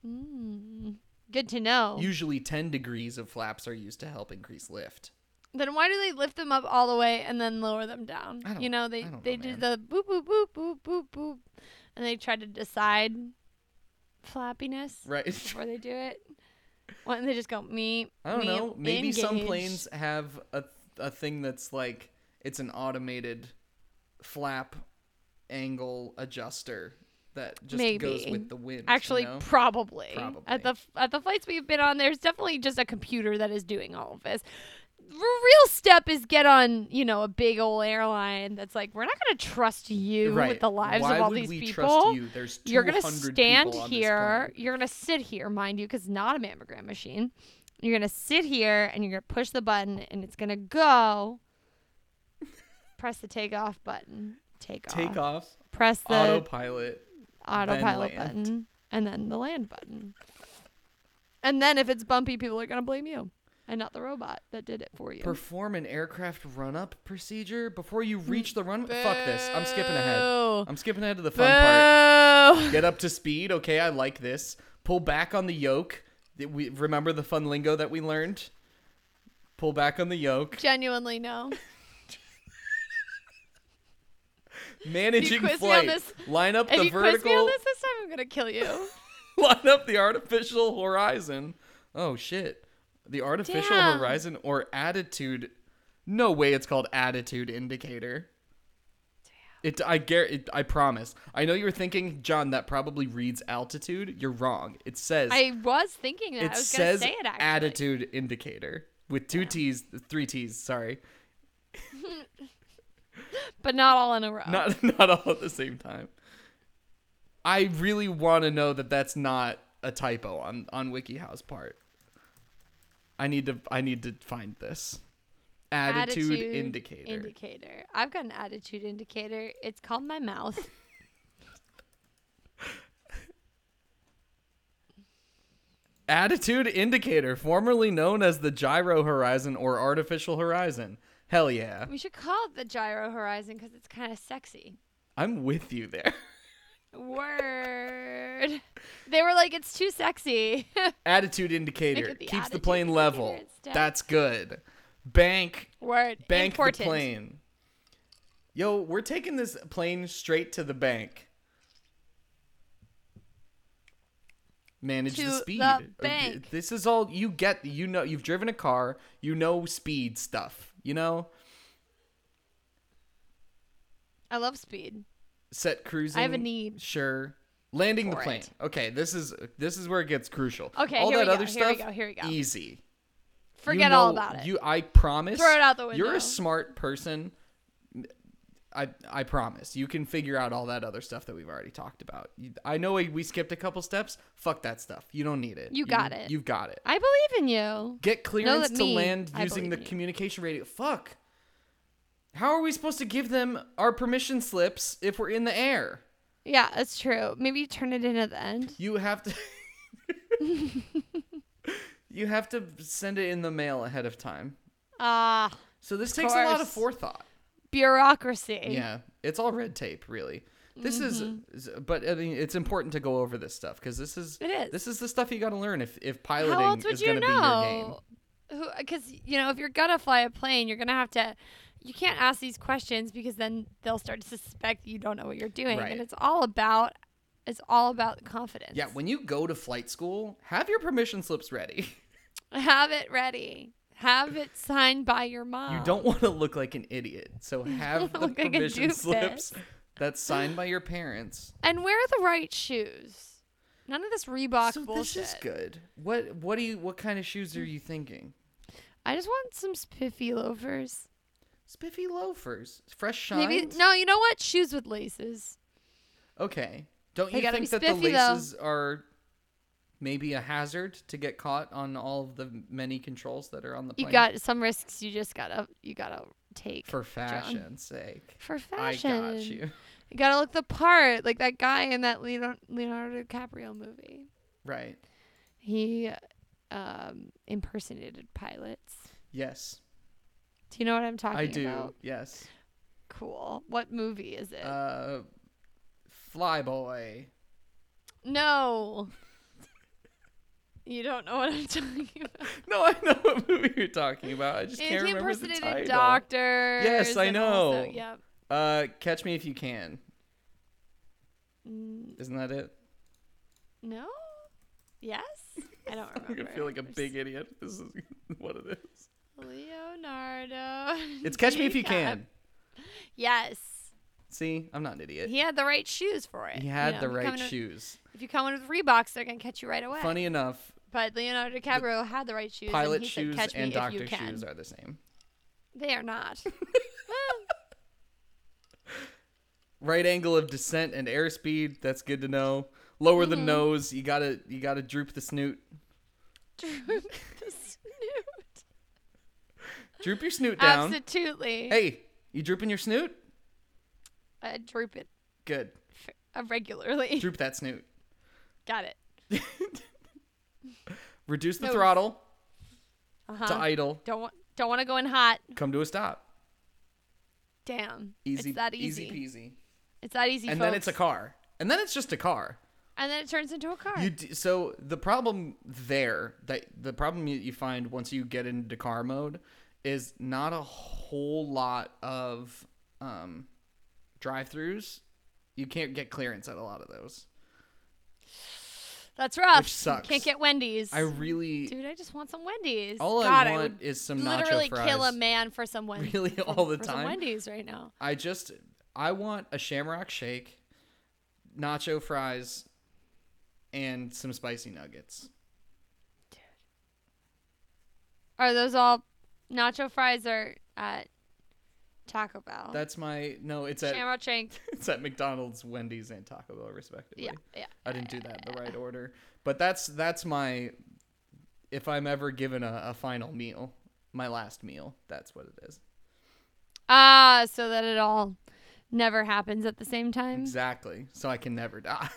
Speaker 2: be. Mm. Good to know.
Speaker 1: Usually, 10 degrees of flaps are used to help increase lift.
Speaker 2: Then why do they lift them up all the way and then lower them down?
Speaker 1: I don't-
Speaker 2: you know,
Speaker 1: I
Speaker 2: they
Speaker 1: don't know,
Speaker 2: they do
Speaker 1: man.
Speaker 2: the boop boop boop boop boop boop, and they try to decide flappiness
Speaker 1: Right.
Speaker 2: before they do it. Why don't they just go me?
Speaker 1: I don't
Speaker 2: me,
Speaker 1: know. Maybe some
Speaker 2: engage."
Speaker 1: planes have a a thing that's like it's an automated flap angle adjuster that just goes
Speaker 2: Maybe.
Speaker 1: with the wind. you
Speaker 2: Actually,
Speaker 1: know?
Speaker 2: probably.
Speaker 1: Probably.
Speaker 2: at the f- at the flights we've been on, there's definitely just a computer that is doing all of this. The real step is get on, you know, a big old airline that's like, we're not going to trust you with
Speaker 1: Right.
Speaker 2: the lives
Speaker 1: Why
Speaker 2: of all
Speaker 1: would
Speaker 2: these
Speaker 1: we
Speaker 2: people.
Speaker 1: Trust you? There's
Speaker 2: you're gonna
Speaker 1: 200
Speaker 2: stand
Speaker 1: people on this
Speaker 2: here.
Speaker 1: plane.
Speaker 2: You're gonna sit here, mind you, because not a mammogram machine. You're gonna sit here and you're gonna push the button and it's gonna go. Press the takeoff button. Take off.
Speaker 1: Take off,
Speaker 2: Press the
Speaker 1: autopilot.
Speaker 2: autopilot
Speaker 1: then land.
Speaker 2: button and then the land button. And then if it's bumpy, people are gonna blame you and not the robot that did it for you.
Speaker 1: Perform an aircraft run-up procedure before you reach the runway. Fuck this. I'm skipping ahead.
Speaker 2: Boo.
Speaker 1: I'm skipping ahead to the fun part.
Speaker 2: Boo.
Speaker 1: get up to speed. Okay, I like this. Pull back on the yoke. Th- We remember the fun lingo that we learned. Pull back on the yoke.
Speaker 2: Genuinely no.
Speaker 1: Managing
Speaker 2: quiz me on
Speaker 1: flight.
Speaker 2: this-
Speaker 1: Line up
Speaker 2: If
Speaker 1: the
Speaker 2: you quiz me
Speaker 1: vertical.
Speaker 2: on this this time, I'm gonna kill you.
Speaker 1: Line up the artificial horizon. Oh shit. The artificial
Speaker 2: Damn.
Speaker 1: horizon or attitude. No way. It's called attitude indicator. It, I gar- it, I promise. I know you were thinking, John, that probably reads altitude. You're wrong. It says
Speaker 2: I was thinking that.
Speaker 1: it
Speaker 2: I was going
Speaker 1: says
Speaker 2: to say it actually.
Speaker 1: attitude indicator with two T's, three T's. Sorry,
Speaker 2: But not all in a row.
Speaker 1: not not all at the same time. I really want to know that that's not a typo on on WikiHow's part. I need to I need to find this attitude, indicator.
Speaker 2: Indicator. I've got an attitude indicator. It's called my mouth.
Speaker 1: attitude indicator, formerly known as the gyro horizon or artificial horizon. Hell yeah,
Speaker 2: we should call it the gyro horizon because it's kind of sexy.
Speaker 1: I'm with you there.
Speaker 2: Word. They were like, it's too sexy.
Speaker 1: attitude indicator
Speaker 2: it the
Speaker 1: keeps the
Speaker 2: attitude
Speaker 1: plane
Speaker 2: indicator
Speaker 1: level.
Speaker 2: instead.
Speaker 1: That's good. Bank
Speaker 2: Word.
Speaker 1: bank
Speaker 2: Important.
Speaker 1: the plane. Yo, we're taking this plane straight to the bank. Manage
Speaker 2: To
Speaker 1: the
Speaker 2: the
Speaker 1: speed. Uh,
Speaker 2: bank.
Speaker 1: This is all you get. You know, you've driven a car. You know speed stuff. You know,
Speaker 2: I love speed.
Speaker 1: set cruising.
Speaker 2: need
Speaker 1: Sure. Landing the
Speaker 2: for
Speaker 1: plane.
Speaker 2: it.
Speaker 1: Okay, this is this is where it gets crucial.
Speaker 2: Okay,
Speaker 1: all
Speaker 2: here we
Speaker 1: that
Speaker 2: go,
Speaker 1: other
Speaker 2: here we
Speaker 1: stuff.
Speaker 2: go, here we go.
Speaker 1: Easy. You
Speaker 2: Forget all
Speaker 1: know-
Speaker 2: about it.
Speaker 1: You, I promise.
Speaker 2: Throw it out the
Speaker 1: You're
Speaker 2: window.
Speaker 1: a smart person. I, I promise. You can figure out all that other stuff that we've already talked about. You- I know we, we skipped a couple steps. Fuck that stuff. You don't need it.
Speaker 2: You got it.
Speaker 1: You've got it.
Speaker 2: I believe in you.
Speaker 1: Get clearance
Speaker 2: that
Speaker 1: to
Speaker 2: me,
Speaker 1: land
Speaker 2: I
Speaker 1: using the
Speaker 2: believe you.
Speaker 1: communication radio. Fuck. How are we supposed to give them our permission slips if we're in the air?
Speaker 2: Yeah, that's true. Maybe you turn it in at the end.
Speaker 1: You have to. you have to send it in the mail ahead of time.
Speaker 2: Ah,
Speaker 1: So this takes a lot of
Speaker 2: course.
Speaker 1: forethought.
Speaker 2: bureaucracy.
Speaker 1: Yeah, it's all red tape, really. This is, is- but I mean, it's important to go over this stuff because this is,
Speaker 2: Mm-hmm. It is.
Speaker 1: this is the stuff you got to learn if if
Speaker 2: How else
Speaker 1: piloting
Speaker 2: would
Speaker 1: is
Speaker 2: you
Speaker 1: going to be your game.
Speaker 2: know? Because you know, if you're gonna fly a plane, you're gonna have to. You can't ask these questions because then they'll start to suspect you don't know what you're doing,
Speaker 1: Right.
Speaker 2: and it's all about it's all about confidence.
Speaker 1: Yeah, when you go to flight school, have your permission slips ready.
Speaker 2: have it ready. Have it signed by your mom.
Speaker 1: You don't want to look like an idiot, so have the
Speaker 2: Look like a
Speaker 1: permission
Speaker 2: doofus.
Speaker 1: slips that's signed by your parents.
Speaker 2: And wear the right shoes. None of this Reebok
Speaker 1: so
Speaker 2: bullshit. Mm.
Speaker 1: this is good. What what do you what kind of shoes are you thinking?
Speaker 2: I just want some spiffy loafers.
Speaker 1: Spiffy loafers, fresh shine.
Speaker 2: Maybe no. You know what? Shoes with laces.
Speaker 1: Okay. Don't
Speaker 2: They
Speaker 1: you
Speaker 2: gotta
Speaker 1: think
Speaker 2: be
Speaker 1: that the
Speaker 2: spiffy, though.
Speaker 1: laces are maybe a hazard to get caught on all of the many controls that are on the plane?
Speaker 2: You got some risks. You just gotta you gotta take
Speaker 1: for fashion's sake.
Speaker 2: for fashion.
Speaker 1: I got you.
Speaker 2: You gotta look the part, like that guy in that Leonardo, Leonardo DiCaprio movie.
Speaker 1: Right.
Speaker 2: He um, impersonated pilots.
Speaker 1: Yes.
Speaker 2: Do you know what I'm talking
Speaker 1: I do.
Speaker 2: about?
Speaker 1: Yes.
Speaker 2: Cool. What movie is it?
Speaker 1: Uh Flyboy.
Speaker 2: no. you don't know what I'm talking about.
Speaker 1: No, I know what movie you're talking about. I just
Speaker 2: And
Speaker 1: can't
Speaker 2: he
Speaker 1: remember the title.
Speaker 2: impersonated doctors.
Speaker 1: Yes, I
Speaker 2: and also-
Speaker 1: know.
Speaker 2: yep.
Speaker 1: Uh Catch Me If You Can.
Speaker 2: Mm,
Speaker 1: Isn't that it?
Speaker 2: No. Yes. I don't remember.
Speaker 1: I'm going to feel like a
Speaker 2: There's
Speaker 1: big idiot. This is what it is.
Speaker 2: Leonardo.
Speaker 1: It's Catch Me If You
Speaker 2: DiCap-
Speaker 1: Can.
Speaker 2: Yes.
Speaker 1: See? I'm not an idiot.
Speaker 2: He had the right shoes for it.
Speaker 1: He
Speaker 2: eh, you
Speaker 1: had
Speaker 2: know,
Speaker 1: the
Speaker 2: if you
Speaker 1: right
Speaker 2: come in with-
Speaker 1: shoes.
Speaker 2: If you come in with Reeboks, they're gonna catch you right away.
Speaker 1: Funny enough,
Speaker 2: But Leonardo DiCaprio had the right shoes.
Speaker 1: pilot
Speaker 2: and he
Speaker 1: shoes
Speaker 2: said, catch
Speaker 1: and
Speaker 2: me
Speaker 1: doctor
Speaker 2: if you can.
Speaker 1: shoes are the same.
Speaker 2: They are not.
Speaker 1: Right angle of descent and airspeed, that's good to know. Lower
Speaker 2: Mm-hmm.
Speaker 1: the nose, you gotta you gotta droop the snoot.
Speaker 2: Droop the snoot.
Speaker 1: Droop your snoot down.
Speaker 2: Absolutely.
Speaker 1: Hey, you drooping your snoot?
Speaker 2: I droop it
Speaker 1: Good.
Speaker 2: f- uh, regularly.
Speaker 1: Droop that snoot.
Speaker 2: Got it.
Speaker 1: Reduce the
Speaker 2: Nose.
Speaker 1: throttle
Speaker 2: Uh
Speaker 1: to
Speaker 2: huh.
Speaker 1: idle.
Speaker 2: Don't want. Don't want to go in hot.
Speaker 1: Come to a stop.
Speaker 2: Damn.
Speaker 1: Easy
Speaker 2: It's that easy.
Speaker 1: easy peasy.
Speaker 2: It's that easy.
Speaker 1: And then it's a
Speaker 2: folks.
Speaker 1: car. And then it's just a car.
Speaker 2: And then it turns into a car.
Speaker 1: You d- so the problem there that the problem you, you find once you get into car mode is not a whole lot of um, drive-throughs. You can't get clearance at a lot of those.
Speaker 2: That's rough.
Speaker 1: which sucks.
Speaker 2: Can't get Wendy's.
Speaker 1: I really
Speaker 2: Dude, I just want some Wendy's.
Speaker 1: all
Speaker 2: God,
Speaker 1: I
Speaker 2: I
Speaker 1: want
Speaker 2: would
Speaker 1: is some
Speaker 2: literally
Speaker 1: nacho fries.
Speaker 2: kill a man for some Wendy's.
Speaker 1: Really,
Speaker 2: for-
Speaker 1: all the
Speaker 2: for some
Speaker 1: time?
Speaker 2: Wendy's right now.
Speaker 1: I just I want a Shamrock Shake, nacho fries, and some spicy nuggets.
Speaker 2: Are those all nacho fries are at Taco Bell.
Speaker 1: That's my no. It's at
Speaker 2: Shamrock Shake.
Speaker 1: it's at McDonald's, Wendy's, and Taco Bell respectively.
Speaker 2: Yeah, yeah.
Speaker 1: I didn't do that in the right order, but that's that's my. If I'm ever given a, a final meal, my last meal, that's what it is.
Speaker 2: Ah, so that it all never happens at the same time.
Speaker 1: Exactly. So I can never die.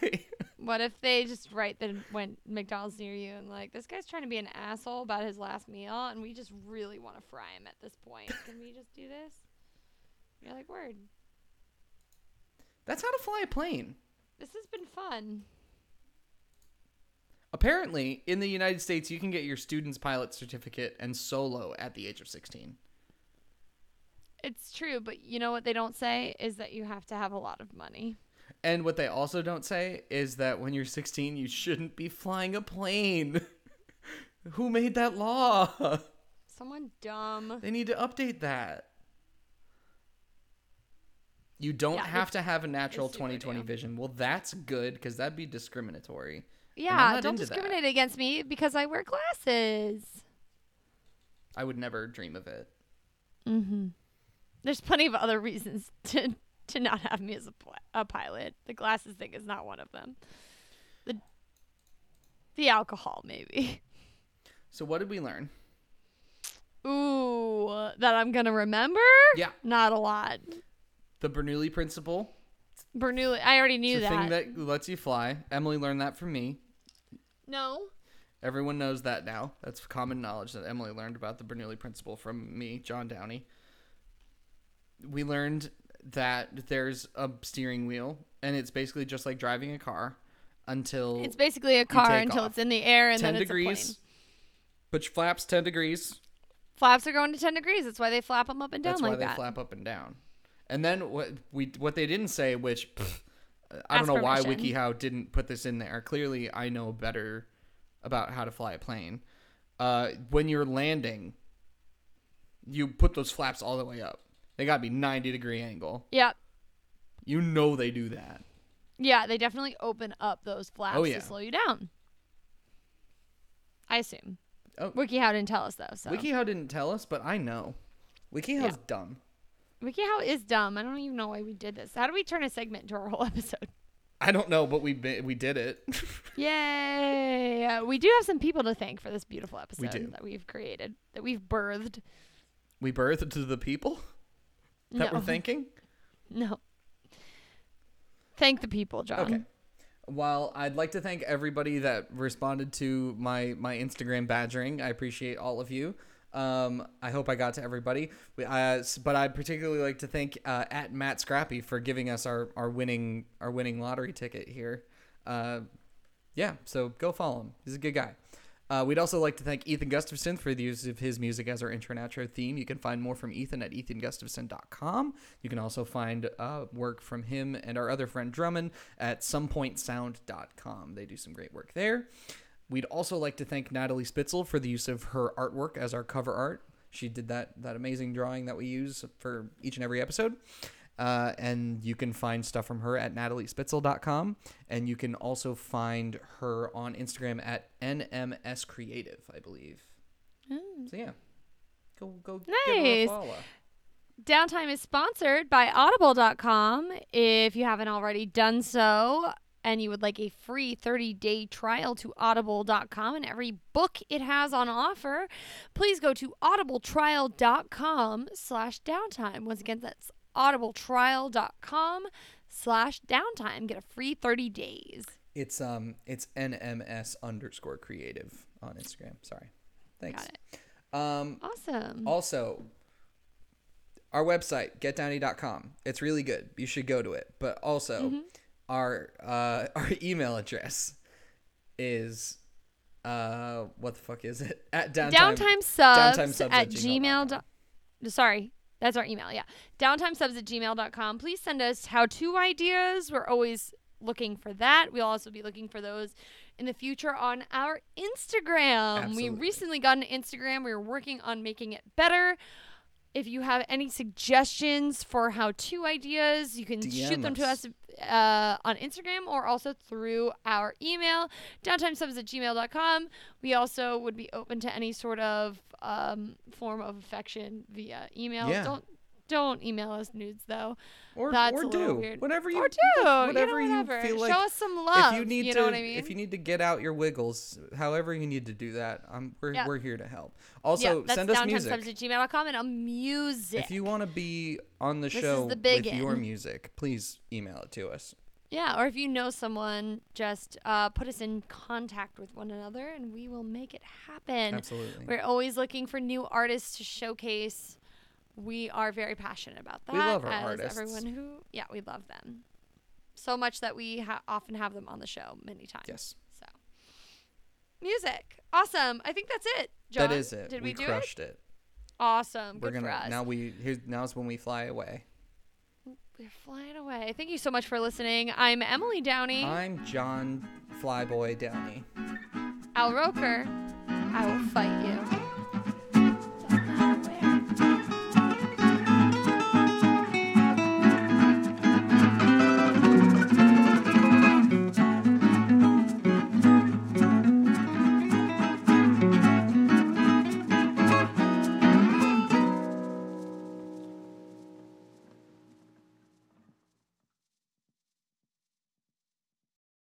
Speaker 2: What if they just right then went McDonald's near you and like this guy's trying to be an asshole about his last meal and we just really want to fry him at this point. Can we just do this? You're like, word.
Speaker 1: that's how to fly a plane.
Speaker 2: This has been fun.
Speaker 1: Apparently, in the United States, you can get your student's pilot certificate and solo at the age of 16.
Speaker 2: It's true, but you know what they don't say is that you have to have a lot of money.
Speaker 1: And what they also don't say is that when you're 16, you shouldn't be flying a plane. Who made that law?
Speaker 2: Someone dumb.
Speaker 1: They need to update that. You don't
Speaker 2: Yeah,
Speaker 1: have to have a natural
Speaker 2: it's super
Speaker 1: 2020
Speaker 2: dumb.
Speaker 1: vision. Well, that's good because that'd be discriminatory.
Speaker 2: Yeah,
Speaker 1: not
Speaker 2: don't
Speaker 1: into that.
Speaker 2: discriminate against me because I wear glasses.
Speaker 1: I would never dream of it.
Speaker 2: Mm-hmm. There's plenty of other reasons to to not have me as a, pl- a pilot. The glasses thing is not one of them. The the alcohol maybe.
Speaker 1: So, what did we learn?
Speaker 2: Ooh, that I'm gonna remember.
Speaker 1: Yeah,
Speaker 2: Not a lot.
Speaker 1: the Bernoulli principle.
Speaker 2: Bernoulli. I already knew
Speaker 1: It's the
Speaker 2: that.
Speaker 1: thing that lets you fly. Emily learned that from me.
Speaker 2: No.
Speaker 1: Everyone knows that now. That's common knowledge that Emily learned about the Bernoulli principle from me, John Downey. We learned that there's a steering wheel, and it's basically just like driving a car until
Speaker 2: It's basically a car
Speaker 1: take
Speaker 2: until
Speaker 1: off.
Speaker 2: it's in the air and
Speaker 1: 10
Speaker 2: then it's a plane.
Speaker 1: degrees. Put your flaps 10 degrees.
Speaker 2: Flaps are going to 10 degrees. That's why they flap them up and down
Speaker 1: That's why
Speaker 2: like
Speaker 1: they
Speaker 2: that.
Speaker 1: flap up and down. And then what we what they didn't say, which pff, I
Speaker 2: Ask
Speaker 1: don't know why
Speaker 2: permission.
Speaker 1: WikiHow didn't put this in there. Clearly, I know better about how to fly a plane. Uh, when you're landing, you put those flaps all the way up. They got to be 90 degree angle.
Speaker 2: Yeah.
Speaker 1: You know they do that.
Speaker 2: Yeah, they definitely open up those flaps
Speaker 1: Oh, yeah.
Speaker 2: to slow you down. I assume.
Speaker 1: Oh.
Speaker 2: WikiHow didn't tell us though. So
Speaker 1: WikiHow didn't tell us, but I know. WikiHow's dumb.
Speaker 2: WikiHow is dumb. I don't even know why we did this. How do we turn a segment into our whole episode?
Speaker 1: I don't know, but we bi- we did it.
Speaker 2: Yay! Uh, we do have some people to thank for this beautiful episode
Speaker 1: do.
Speaker 2: that we've created, that we've birthed.
Speaker 1: we birthed to the people that
Speaker 2: no,
Speaker 1: we're thanking.
Speaker 2: no. Thank the people, John.
Speaker 1: Okay. While I'd like to thank everybody that responded to my my Instagram badgering, I appreciate all of you. Um, I hope I got to everybody. We, uh, s- but I'd particularly like to thank uh, at Matt Scrappy for giving us our, our winning our winning lottery ticket here. Uh, yeah, so go follow him. He's a good guy. Uh, we'd also like to thank Ethan Gustafson for the use of his music as our intro and outro theme. You can find more from Ethan at ethangustafson.com. You can also find uh, work from him and our other friend Drummond at somepointsound.com. They do some great work there. We'd also like to thank Natalie Spitzel for the use of her artwork as our cover art. She did that that amazing drawing that we use for each and every episode. Uh, and you can find stuff from her at nataliespitzel.com. And you can also find her on Instagram at NMS Creative, I believe. So yeah. Go go give her a
Speaker 2: Mm. Nice.
Speaker 1: follow.
Speaker 2: Downtime is sponsored by audible.com. If you haven't already done so and you would like a free 30-day trial to audible.com and every book it has on offer, please go to audibletrial.com slash downtime. Once again, that's audibletrial.com slash downtime. Get a free 30 days.
Speaker 1: It's um it's NMS underscore creative on Instagram. Sorry. Thanks.
Speaker 2: Got it.
Speaker 1: Um
Speaker 2: Awesome.
Speaker 1: Also, our website, getdowny.com. It's really good. You should go to it. But also,
Speaker 2: Mm-hmm.
Speaker 1: our uh, our email address is uh what the fuck is it? At downtime.
Speaker 2: downtime
Speaker 1: downtime
Speaker 2: subs
Speaker 1: subs
Speaker 2: at
Speaker 1: at gmail
Speaker 2: gmail
Speaker 1: dot
Speaker 2: do- sorry that's our email yeah downtime subs at gmail.com please send us how to ideas we're always looking for that we'll also be looking for those in the future on our instagram
Speaker 1: Absolutely.
Speaker 2: we recently got an instagram we were working on making it better if you have any suggestions for how to ideas you can shoot
Speaker 1: DM
Speaker 2: them to
Speaker 1: us.
Speaker 2: us uh, on Instagram or also through our email, downtimesubs at gmail.com. We also would be open to any sort of um, form of affection via email.
Speaker 1: Yeah.
Speaker 2: Don't Don't email us nudes though.
Speaker 1: Or
Speaker 2: That's
Speaker 1: or
Speaker 2: a little
Speaker 1: do
Speaker 2: weird.
Speaker 1: whatever you
Speaker 2: Or do
Speaker 1: whatever
Speaker 2: you,
Speaker 1: you
Speaker 2: know, whatever.
Speaker 1: feel like-
Speaker 2: Show us some love.
Speaker 1: if you need
Speaker 2: you
Speaker 1: to
Speaker 2: know what I mean?
Speaker 1: if you need to get out your wiggles, however you need to do that, I'm we're
Speaker 2: Yeah.
Speaker 1: we're here to help. Also,
Speaker 2: yeah, that's
Speaker 1: send us music.
Speaker 2: downtimesubs@gmail.com and I'm music.
Speaker 1: If you want to be on the
Speaker 2: This is
Speaker 1: show
Speaker 2: the big
Speaker 1: with your
Speaker 2: end.
Speaker 1: music, please email it to us.
Speaker 2: yeah, or if you know someone, just uh, put us in contact with one another and we will make it happen.
Speaker 1: Absolutely.
Speaker 2: We're always looking for new artists to showcase. We are very passionate about that.
Speaker 1: We love our
Speaker 2: as
Speaker 1: artists.
Speaker 2: Everyone who, yeah, we love them so much that we ha- often have them on the show many times.
Speaker 1: Yes.
Speaker 2: So, music, awesome. I think that's it. John.
Speaker 1: that is it.
Speaker 2: Did we,
Speaker 1: we,
Speaker 2: do it?
Speaker 1: crushed it.
Speaker 2: Awesome.
Speaker 1: We're
Speaker 2: Good
Speaker 1: gonna
Speaker 2: for us.
Speaker 1: now we here's now's when we fly away.
Speaker 2: We're flying away. Thank you so much for listening. I'm Emily Downey,
Speaker 1: I'm John Flyboy Downey.
Speaker 2: Al Roker. I will fight you.